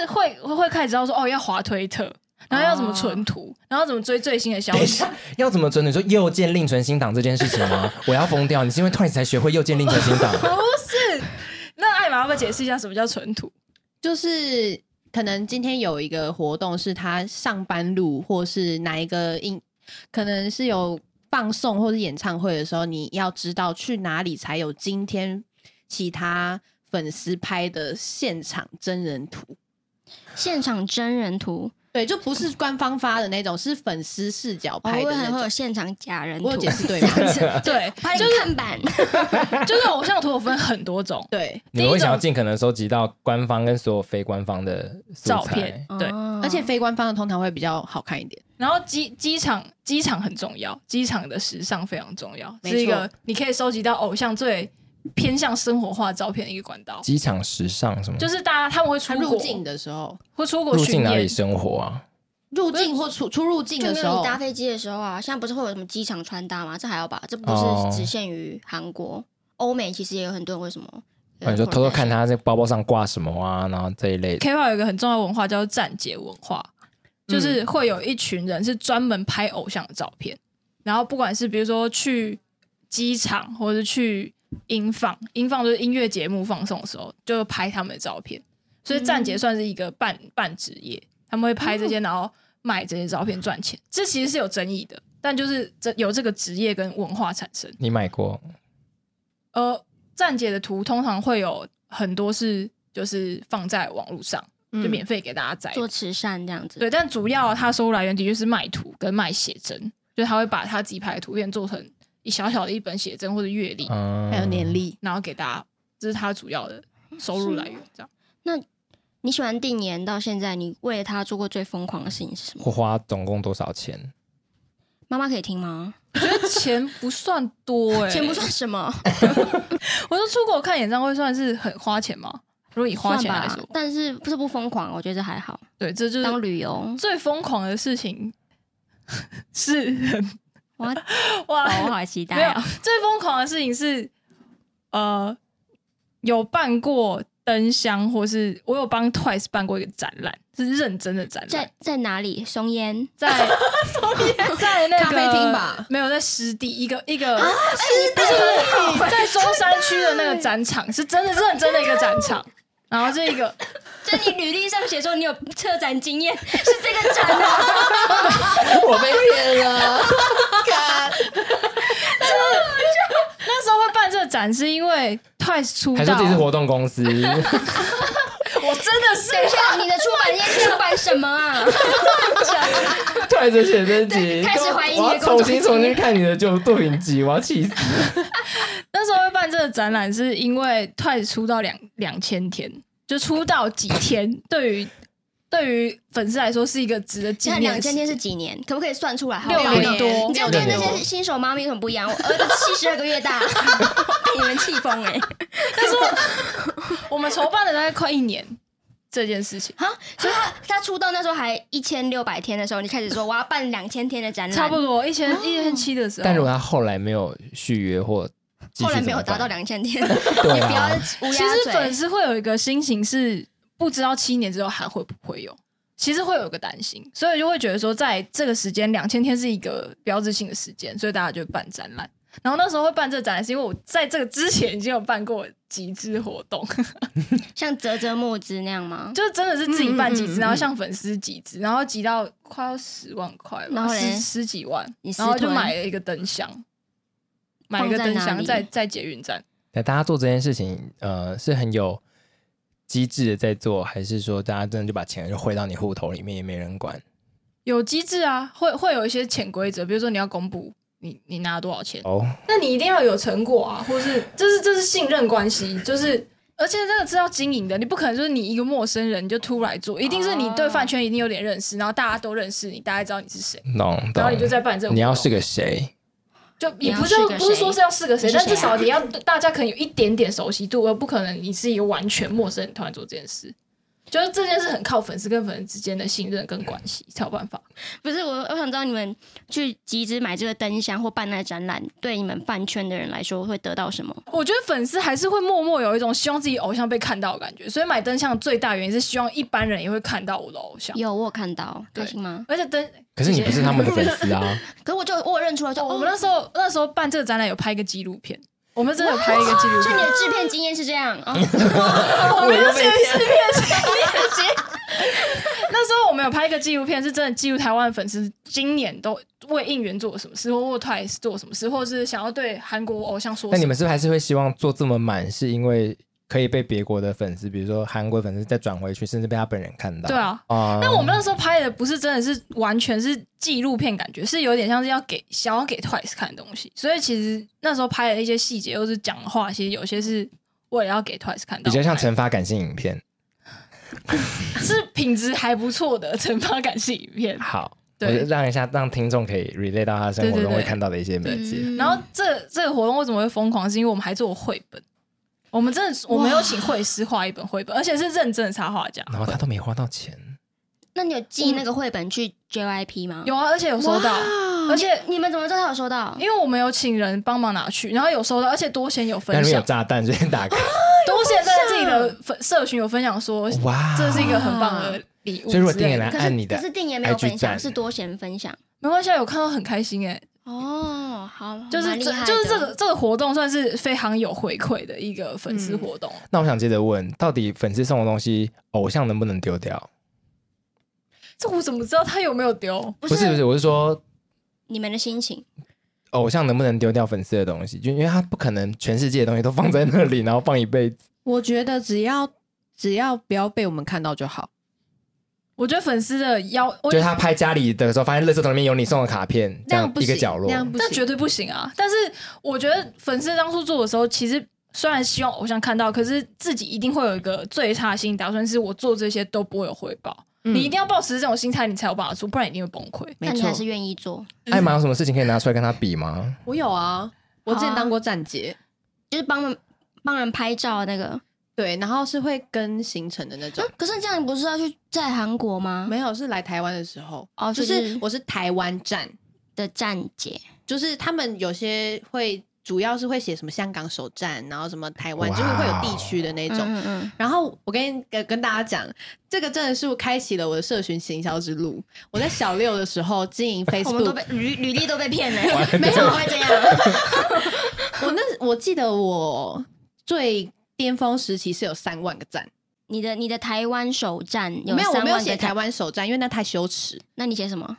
[SPEAKER 4] 是会会会开始知道说哦，要滑推特，然后要怎
[SPEAKER 5] 哦
[SPEAKER 4] 么存图，然后怎么追最新的消
[SPEAKER 1] 等一
[SPEAKER 4] 息。
[SPEAKER 1] 下，要怎么准？你说右键另存新档这件事情 吗？我要疯掉！你是因为 Twice 才学会右键另存新档？
[SPEAKER 4] 那艾玛要不要解释一下什么叫存图？
[SPEAKER 5] 就是可能今天有一个活动是他上班路，或是哪一个应，可能是有放送或是演唱会的时候，你要知道去哪里才有今天其他粉丝拍的现场真人图。
[SPEAKER 2] 现场真人图，
[SPEAKER 5] 对，就不是官方发的那种，是粉丝视角
[SPEAKER 2] 哦
[SPEAKER 5] 拍
[SPEAKER 2] 我
[SPEAKER 5] 的
[SPEAKER 2] 以为
[SPEAKER 5] 那
[SPEAKER 2] 会有
[SPEAKER 5] 种。
[SPEAKER 2] 现场假人图
[SPEAKER 5] 我有，解 释对
[SPEAKER 2] 这
[SPEAKER 5] 吗？，
[SPEAKER 2] 样子，
[SPEAKER 4] 对，
[SPEAKER 2] 拍了一个看板，
[SPEAKER 4] 就是偶像图有分很多种
[SPEAKER 5] 对，
[SPEAKER 1] 你们会想要
[SPEAKER 4] 第
[SPEAKER 1] 尽可能收集到官方跟所有非官方的素
[SPEAKER 4] 照
[SPEAKER 1] 材
[SPEAKER 4] 片，对。
[SPEAKER 2] 哦
[SPEAKER 5] 而且非官方的通常会比较好看一点。
[SPEAKER 4] 然后机机场机场很重要，机场的时尚非常重要，
[SPEAKER 5] 没错
[SPEAKER 4] 是一个你可以收集到偶像最偏向生活化照片的一个管道，
[SPEAKER 1] 机场时尚什么？
[SPEAKER 4] 就是大家他们会
[SPEAKER 5] 他
[SPEAKER 4] 出
[SPEAKER 5] 入
[SPEAKER 4] 国，
[SPEAKER 5] 境的时候，
[SPEAKER 4] 会出国
[SPEAKER 1] 入
[SPEAKER 4] 巡
[SPEAKER 1] 境哪里
[SPEAKER 4] 演，
[SPEAKER 1] 生活啊？
[SPEAKER 5] 入境或出出入境
[SPEAKER 2] 就
[SPEAKER 5] 的
[SPEAKER 2] 没
[SPEAKER 5] 时
[SPEAKER 2] 有
[SPEAKER 5] 候
[SPEAKER 2] 你，搭飞机的时候啊，现在不是会有什么机场穿搭吗？这还要吧？这不
[SPEAKER 1] 哦
[SPEAKER 2] 是只限于韩国，欧美其实也有很多人为什么？
[SPEAKER 4] 呃
[SPEAKER 1] 啊你就偷偷看他这包包上挂什么啊，然后这一类的。
[SPEAKER 4] K-pop 有一个很重要的文化叫做站姐文化，就是会有一群人是专门拍偶像的照片，然后不管是比如说去机场或者是去音放，音放就是音乐节目放送的时候，就拍他们的照片，所以站姐算是一个半、半职业，他们会拍这些，然后卖这些照片赚钱，这其实是有争议的，但就是这有这个职业跟文化产生。
[SPEAKER 1] 你买过？
[SPEAKER 4] 呃，站姐的图通常会有很多是就是放在网络上，
[SPEAKER 5] 嗯
[SPEAKER 4] 就免费给大家载的。
[SPEAKER 2] 做慈善这样子。
[SPEAKER 4] 对，但主要他收入来源的确是卖图跟卖写真，就他会把他自己拍的图片做成一小小的一本写真或者月历，
[SPEAKER 1] 嗯，
[SPEAKER 5] 还有年历，
[SPEAKER 4] 然后给大家，这是他主要的收入来源。这样，
[SPEAKER 2] 你喜欢定妍到现在，你为了她做过最疯狂的事情是什么？
[SPEAKER 1] 会花总共多少钱？
[SPEAKER 2] 妈妈可以听吗？
[SPEAKER 4] 我觉得钱不算多哎、
[SPEAKER 2] 钱不算，什 么，
[SPEAKER 4] 我说出国看演唱会算是很花钱吗？如果以花钱
[SPEAKER 2] 算
[SPEAKER 4] 来
[SPEAKER 2] 吧
[SPEAKER 4] 说，，
[SPEAKER 2] 但是不是不疯狂，我觉得还好。
[SPEAKER 4] 对，这就是
[SPEAKER 2] 当旅 游，
[SPEAKER 4] 最疯狂的事情 是人
[SPEAKER 2] 哇，
[SPEAKER 4] 哇，
[SPEAKER 2] 我好期
[SPEAKER 4] 没
[SPEAKER 2] 待
[SPEAKER 4] 有
[SPEAKER 2] 哦！
[SPEAKER 4] 最疯狂的事情是，呃，有办过灯箱，或是我有帮 Twice 办过一个展览，是认真的展览
[SPEAKER 2] 在，在哪里？松烟，
[SPEAKER 4] 在 在那个
[SPEAKER 5] 咖啡厅吧，
[SPEAKER 4] 没有在湿地一个一个啊湿地，不是在中山区的那个展场，是真的认真的一个展场。然后这一个
[SPEAKER 2] 在你履历上写说你有策展经验，是这个展啊？
[SPEAKER 1] 我被骗了。
[SPEAKER 4] 那时候会办这个展，是因为 Twice 出
[SPEAKER 1] 还说
[SPEAKER 4] 道
[SPEAKER 1] 自，己是活动公司，
[SPEAKER 4] 我真的是
[SPEAKER 2] 等一下，你的出版业是出版什么啊？
[SPEAKER 1] 带着写真集，
[SPEAKER 2] 对开始怀疑你的
[SPEAKER 1] 我要
[SPEAKER 2] 工作
[SPEAKER 1] 重新重新看你的旧作品集，我要气死。
[SPEAKER 4] 那时候会办这个展览，是因为 Twice 出道两两千天，就出道几天，对于对于粉丝来说是一个值得纪
[SPEAKER 2] 现在
[SPEAKER 4] 念的
[SPEAKER 2] 两
[SPEAKER 4] 事。
[SPEAKER 2] 千天是几年？可不可以算出来？好不
[SPEAKER 4] 六
[SPEAKER 2] 好
[SPEAKER 4] 年哦多
[SPEAKER 2] 你这样跟那
[SPEAKER 1] 六年
[SPEAKER 2] 些
[SPEAKER 1] 多
[SPEAKER 2] 新手妈咪有什么不一样？我儿子七十二个月大， 被你们气疯哎！
[SPEAKER 4] 我们筹办了大概快一年这件事情，
[SPEAKER 2] 哈，所以他他出道那时候还一千六百天的时候，你开始说我要办两千天的展览，
[SPEAKER 4] 差不多一千一千七的时候。
[SPEAKER 1] 但如果他后来没有续约或继续
[SPEAKER 2] 后来没有达到
[SPEAKER 1] 怎么
[SPEAKER 2] 两千天，
[SPEAKER 1] 办，
[SPEAKER 2] 你
[SPEAKER 1] 对
[SPEAKER 2] 不要
[SPEAKER 1] 啊，
[SPEAKER 2] 乌
[SPEAKER 4] 其
[SPEAKER 2] 鸦
[SPEAKER 4] 实粉
[SPEAKER 2] 嘴。
[SPEAKER 4] 丝会有一个心情是不知道七年之后还会不会有，其实会有一个担心，所以就会觉得说，在这个时间两千天是一个标志性的时间，所以大家就办展览。然后那时候会办这展览，是因为我在这个之前已经有办过集资活动，
[SPEAKER 2] 像泽泽木之那样吗？
[SPEAKER 4] 就真的是自己办集
[SPEAKER 5] 嗯嗯
[SPEAKER 4] 资，
[SPEAKER 5] 嗯嗯
[SPEAKER 4] 然后向粉丝集资，然后集到快要十万块吧，
[SPEAKER 2] 然后嘞
[SPEAKER 4] 十十几万
[SPEAKER 2] 你，私
[SPEAKER 4] 然后就
[SPEAKER 2] 吞
[SPEAKER 4] 买了一个灯箱，买了一个
[SPEAKER 2] 放在
[SPEAKER 4] 灯
[SPEAKER 2] 哪
[SPEAKER 4] 箱
[SPEAKER 2] 里
[SPEAKER 4] 在在捷运站。
[SPEAKER 1] 那大家做这件事情，呃，是很有机智的在做，还是说大家真的就把钱就汇到你户头里面，也没人管？
[SPEAKER 4] 有机制啊，会会有一些潜规则，比如说你要公布你你拿了多少钱，
[SPEAKER 1] 哦，
[SPEAKER 4] 那你一定要有成果啊，或是这是这是信任关系，就是而且这个是要经营的，你不可能就是你一个陌生人你就突来做，一定是你对饭圈一定有点认识，然后大家都认识你，大家知道你是谁，
[SPEAKER 1] 懂
[SPEAKER 4] 然
[SPEAKER 1] 懂
[SPEAKER 4] 后。你就在办这个活动。
[SPEAKER 1] 你要是个谁？
[SPEAKER 4] 就也不
[SPEAKER 2] 你
[SPEAKER 4] 是
[SPEAKER 2] 要是个
[SPEAKER 4] 不是
[SPEAKER 2] 谁
[SPEAKER 4] 说是要是个谁，
[SPEAKER 2] 你是
[SPEAKER 4] 但
[SPEAKER 2] 谁啊
[SPEAKER 4] 至少你要大家可能有一点点熟悉度，而不可能你是一个完全陌生人突然做这件事。就是这件事很靠粉丝跟粉丝之间的信任跟关系才有办法。
[SPEAKER 2] 不是我，我想知道你们去集资买这个灯箱或办那个展览，对你们饭圈的人来说会得到什么？
[SPEAKER 4] 我觉得粉丝还是会默默有一种希望自己偶像被看到的感觉，所以买灯箱最大原因是希望一般人也会看到我的偶像。
[SPEAKER 2] 有我有看到，
[SPEAKER 4] 对嗯
[SPEAKER 2] 开心吗？
[SPEAKER 4] 而且灯，
[SPEAKER 1] 可是你不是他们的粉丝啊！
[SPEAKER 2] 可是我就我有认出来
[SPEAKER 4] 哦
[SPEAKER 2] 说，
[SPEAKER 4] 我
[SPEAKER 2] 哦
[SPEAKER 4] 们那时候那时候办这个展览有拍一个纪录片，我们真的有拍一个纪录
[SPEAKER 2] 所以你
[SPEAKER 4] 片。
[SPEAKER 2] 的制片经验是这样
[SPEAKER 4] 嗯
[SPEAKER 2] 啊？
[SPEAKER 4] 我没有写制片，
[SPEAKER 2] 嗯
[SPEAKER 4] 那时候我们有拍一个纪录片，是真的记录台湾粉丝今年都为应援做了什么事，或为 TWICE 做了什么事，或者是想要对韩国偶像说
[SPEAKER 1] 那
[SPEAKER 4] 什
[SPEAKER 1] 你
[SPEAKER 4] 么。
[SPEAKER 1] 们是不是还是会希望做这么满，是因为可以被别国的粉丝，比如说韩国粉丝再转回去，甚至被他本人看到？
[SPEAKER 4] 对啊，
[SPEAKER 1] 啊，
[SPEAKER 4] 但我们那时候拍的不是真的是完全是纪录片，感觉是有点像是要给想要给 TWICE 看的东西，所以其实那时候拍的一些细节，又是讲的话，其实有些是为了要给 TWICE 看
[SPEAKER 1] 比
[SPEAKER 4] 到，
[SPEAKER 1] 较像惩罚感性影片。
[SPEAKER 4] 是品质还不错的惩罚感性影片。
[SPEAKER 1] 好，我
[SPEAKER 4] 对
[SPEAKER 1] 就让一下让听众可以 relate 到他生活
[SPEAKER 4] 对对
[SPEAKER 1] 中
[SPEAKER 4] 对
[SPEAKER 1] 会看到的一些美
[SPEAKER 2] 嗯
[SPEAKER 1] 节。
[SPEAKER 4] 然后这这个活动为什么会疯狂？是因为我们还做绘本，我们真的是，我们有请绘师画一本绘本，而且是认真的插画家。
[SPEAKER 1] 然后他都没花到钱，
[SPEAKER 2] 那你有寄那个绘本去 JYP 吗？
[SPEAKER 4] 有啊，而且有收到，而且
[SPEAKER 2] 你们怎么知道他有收到？
[SPEAKER 4] 因为我们有请人帮忙拿去，然后有收到，而且多贤有分
[SPEAKER 1] 那里面有
[SPEAKER 4] 享，
[SPEAKER 1] 炸弹，所以打开。
[SPEAKER 4] 多贤在自己的粉社群有分享说，
[SPEAKER 1] 哇，
[SPEAKER 4] 这是一个很棒的礼物之类的。
[SPEAKER 1] 所以如果店员来
[SPEAKER 2] 可
[SPEAKER 1] 按你
[SPEAKER 2] 是
[SPEAKER 1] 的
[SPEAKER 2] 可是定也没有
[SPEAKER 1] IG
[SPEAKER 2] 分享，
[SPEAKER 1] 赞
[SPEAKER 2] 是多贤分享。
[SPEAKER 4] 没关系啊，有看到很开心哎、
[SPEAKER 2] 哦，好，
[SPEAKER 4] 就是
[SPEAKER 2] 蛮厉
[SPEAKER 4] 这
[SPEAKER 2] 害的
[SPEAKER 4] 就是这个这个活动算是非常有回馈的一个粉丝活动。
[SPEAKER 2] 嗯
[SPEAKER 1] 那我想接着问，到底粉丝送的东西，偶像能不能丢掉？
[SPEAKER 4] 这我怎么知道他有没有丢？
[SPEAKER 2] 不
[SPEAKER 1] 不是不
[SPEAKER 2] 是
[SPEAKER 1] 是，我是说
[SPEAKER 2] 你们的心情，
[SPEAKER 1] 偶像能不能丢掉粉丝的东西？就因为他不可能全世界的东西都放在那里，然后放一辈子。
[SPEAKER 5] 我觉得只要只要不要被我们看到就好。
[SPEAKER 4] 我觉得粉丝的要，我
[SPEAKER 1] 就是他拍家里的时候，发现垃圾桶里面有你送的卡片，这
[SPEAKER 5] 那
[SPEAKER 1] 样
[SPEAKER 5] 样不
[SPEAKER 1] 一
[SPEAKER 5] 行，
[SPEAKER 1] 个角落
[SPEAKER 5] 那。样不
[SPEAKER 4] 但
[SPEAKER 5] 行。
[SPEAKER 4] 绝对不行啊！但是我觉得粉丝当初做的时候，其实虽然希望偶像看到，可是自己一定会有一个最差心打算，是我做这些都不会有回报。
[SPEAKER 5] 嗯
[SPEAKER 4] 你一定要保持这种心态，你才有办法做，不然一定会崩溃。
[SPEAKER 5] 没
[SPEAKER 2] 但你
[SPEAKER 5] 错
[SPEAKER 2] 还，是愿意做，
[SPEAKER 1] 艾哎玛有什么事情可以拿出来跟他比吗？
[SPEAKER 5] 我有啊，我之前当过站姐，
[SPEAKER 2] 就是帮忙帮人拍照那个。
[SPEAKER 5] 对，然后是会跟行程的那种
[SPEAKER 2] 嗯。可是这样你不是要去在韩国吗？
[SPEAKER 5] 没有，是来台湾的时候，
[SPEAKER 2] 哦
[SPEAKER 5] 就
[SPEAKER 2] 就是
[SPEAKER 5] 是我是台湾站，
[SPEAKER 2] 的站姐，
[SPEAKER 5] 就是他们有些会主要是会写什么香港首站，然后什么台湾，就是会有地区的那
[SPEAKER 2] 嗯
[SPEAKER 5] 种。
[SPEAKER 2] 嗯嗯，
[SPEAKER 5] 然后我跟你跟跟大家讲，这个真的是我开启了我的社群行销之路。我在小六的时候经营
[SPEAKER 2] 我们都
[SPEAKER 5] Facebook，
[SPEAKER 2] 被履履历都被骗 了，没怎么会这样？
[SPEAKER 5] 我那我记得我最巅峰时期是有三万个赞，
[SPEAKER 2] 你的你的台湾首站有
[SPEAKER 5] 没有我
[SPEAKER 2] 三
[SPEAKER 5] 没有
[SPEAKER 2] 万
[SPEAKER 5] 写
[SPEAKER 2] 个
[SPEAKER 5] 台，湾首站，因为那太羞耻，
[SPEAKER 2] 那你写什么？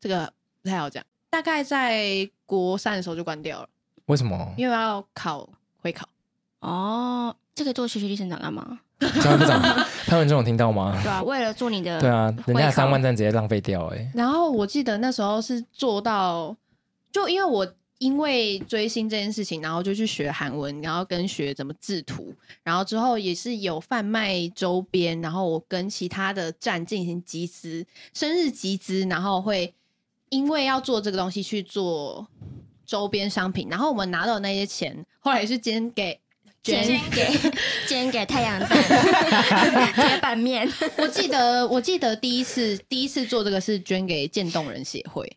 [SPEAKER 5] 这个不太好讲。大概在国三的时候就关掉了，
[SPEAKER 1] 为什么？
[SPEAKER 5] 因为要考会考。
[SPEAKER 2] 哦，这个做学习历程长干嘛？
[SPEAKER 1] 教育部 长潘文忠有听到吗
[SPEAKER 2] 对？啊，为了做你的
[SPEAKER 1] 对啊，人
[SPEAKER 2] 会
[SPEAKER 1] 家
[SPEAKER 2] 考
[SPEAKER 1] 的三万赞直接浪费掉哎、
[SPEAKER 5] 然后我记得那时候是做到，就因为我因为追星这件事情，然后就去学韩文，然后跟学怎么制图，然后之后也是有贩卖周边，然后我跟其他的站进行集资，生日集资，然后会因为要做这个东西去做周边商品，然后我们拿到那些钱，后来是捐给。捐
[SPEAKER 2] 捐给 捐给太 阳蛋铁板 面，
[SPEAKER 5] 我记得，我记得第一次第一次做这个是捐给渐冻人协会，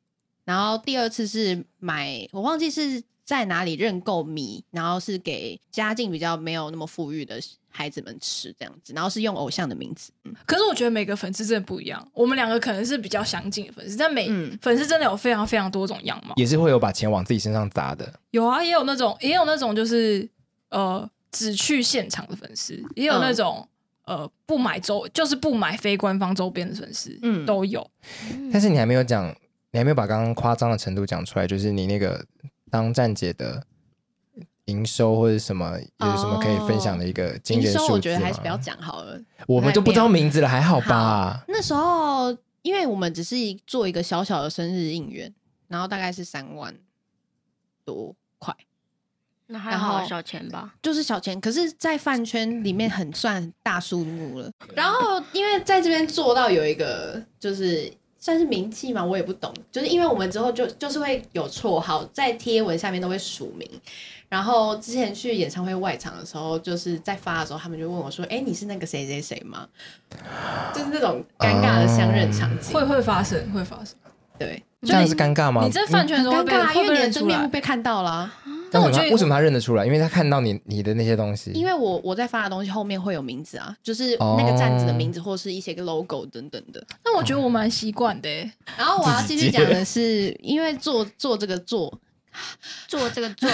[SPEAKER 5] 然后第二次是买，我忘记是在哪里认购米，然后是给家境比较没有那么富裕的孩子们吃这样子，然后是用偶像的名字，嗯
[SPEAKER 4] 可是我觉得每个粉丝真的不一样，我们两个可能是比较相近的粉丝，但每、
[SPEAKER 5] 嗯
[SPEAKER 4] 粉丝真的有非常非常多种样貌。
[SPEAKER 1] 也是会有把钱往自己身上砸的。
[SPEAKER 4] 有啊，也有那种，也有那种就是呃，只去现场的粉丝，也有那种、
[SPEAKER 5] 嗯
[SPEAKER 4] 呃不买周，就是不买非官方周边的粉丝，
[SPEAKER 5] 嗯
[SPEAKER 4] 都有。
[SPEAKER 1] 但
[SPEAKER 2] 嗯
[SPEAKER 1] 是你还没有讲，你还没有把刚刚夸张的程度讲出来，就是你那个当站姐的营收或者什么，有什么可以分享的一个惊
[SPEAKER 5] 营
[SPEAKER 1] 人数
[SPEAKER 5] 收我
[SPEAKER 1] 字
[SPEAKER 5] 觉得还是
[SPEAKER 1] 吗
[SPEAKER 5] 不要讲好了。
[SPEAKER 1] 我们都不知道名字了，还好吧？
[SPEAKER 5] 那时候因为我们只是一做一个小小的生日应援，然后大概是三万多块。
[SPEAKER 2] 那
[SPEAKER 5] 然后
[SPEAKER 2] 小钱吧？
[SPEAKER 5] 就是小钱，可是，在饭圈里面很算大数目了。然后，因为在这边做到有一个，就是算是名气嘛，我也不懂。就是因为我们之后就就是会有绰号，在贴文下面都会署名。然后之前去演唱会外场的时候，就是在发的时候，他们就问我说：“哎、你是那个谁谁谁吗？”就是那种尴尬的相认场景。
[SPEAKER 4] 会会发生，会发生。
[SPEAKER 5] 对，
[SPEAKER 1] 这样是尴尬吗？
[SPEAKER 4] 你在饭圈
[SPEAKER 5] 很
[SPEAKER 4] 的时候
[SPEAKER 5] 尴
[SPEAKER 4] 被
[SPEAKER 5] 尬啊，因为
[SPEAKER 4] 会被
[SPEAKER 5] 你的
[SPEAKER 4] 认
[SPEAKER 5] 真
[SPEAKER 4] 出
[SPEAKER 5] 面目
[SPEAKER 4] 来，
[SPEAKER 5] 被看到了啊、
[SPEAKER 1] 嗯那
[SPEAKER 4] 但我
[SPEAKER 1] 为什
[SPEAKER 4] 觉
[SPEAKER 1] 么
[SPEAKER 4] 得
[SPEAKER 1] 他为什么他认得出来？因为他看到你你的那些东西。
[SPEAKER 5] 因为我我在发的东西后面会有名字啊，就是那个站子的名字，或是一些个 logo 等等的。
[SPEAKER 4] 但我觉得我蛮习惯的、欸。
[SPEAKER 5] 然后我要继续讲的是，因为做做这个做，
[SPEAKER 2] 做这个 做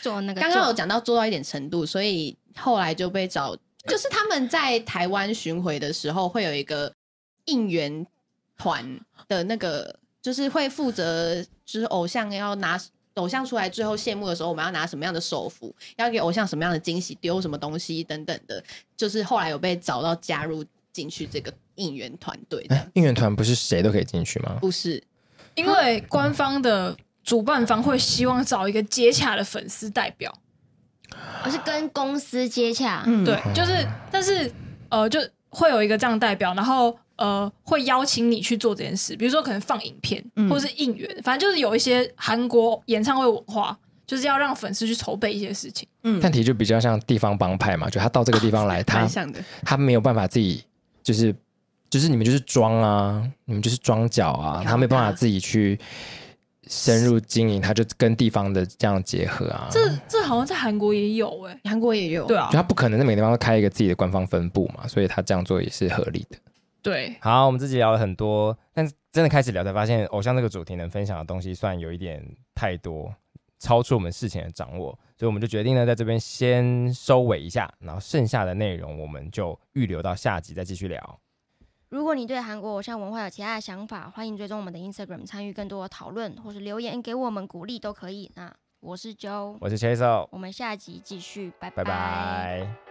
[SPEAKER 2] 做那个做，
[SPEAKER 5] 刚刚有讲到做到一点程度，所以后来就被找，就是他们在台湾巡回的时候会有一个应援团的那个，就是会负责，就是偶像要拿。偶像出来最后谢幕的时候，我们要拿什么样的手幅，要给偶像什么样的惊喜，丢什么东西等等的，就是后来有被找到加入进去这个应援团队的，
[SPEAKER 1] 应援团不是谁都可以进去吗？
[SPEAKER 5] 不是
[SPEAKER 4] 因为官方的主办方会希望找一个接洽的粉丝代表，
[SPEAKER 2] 我是跟公司接洽，
[SPEAKER 5] 嗯
[SPEAKER 4] 对，就是，但是呃，就会有一个这样代表，然后呃，会邀请你去做这件事，比如说可能放影片
[SPEAKER 5] 嗯
[SPEAKER 4] 或是应援，反正就是有一些韩国演唱会文化，就是要让粉丝去筹备一些事情。
[SPEAKER 5] 嗯，
[SPEAKER 1] 探题就比较像地方帮派嘛，就他到这个地方 来，他
[SPEAKER 5] 啊蛮像的，
[SPEAKER 1] 他没有办法自己，就是就是你们就是装啊，你们就是装脚啊，
[SPEAKER 5] 他
[SPEAKER 1] 他没办法自己去深入经营，他就跟地方的这样结合啊。
[SPEAKER 4] 这这好像在韩国也有哎、
[SPEAKER 5] 韩国也有，
[SPEAKER 4] 对啊
[SPEAKER 1] 就，他不可能在每个地方都开一个自己的官方分部嘛，所以他这样做也是合理的。
[SPEAKER 4] 对，
[SPEAKER 6] 好，我们自己聊了很多，但是真的开始聊才发现，偶像这个主题能分享的东西算有一点太多，超出我们事情的掌握，所以我们就决定呢，在这边先收尾一下，然后剩下的内容我们就预留到下集再继续聊。
[SPEAKER 2] 如果你对韩国偶像文化有其他的想法，欢迎追踪我们的 Instagram 参与更多的讨论，或是留言给我们鼓励都可以。那我是 Joe，
[SPEAKER 6] 我是 Chase，
[SPEAKER 2] 我们下集继续，拜
[SPEAKER 6] 拜拜。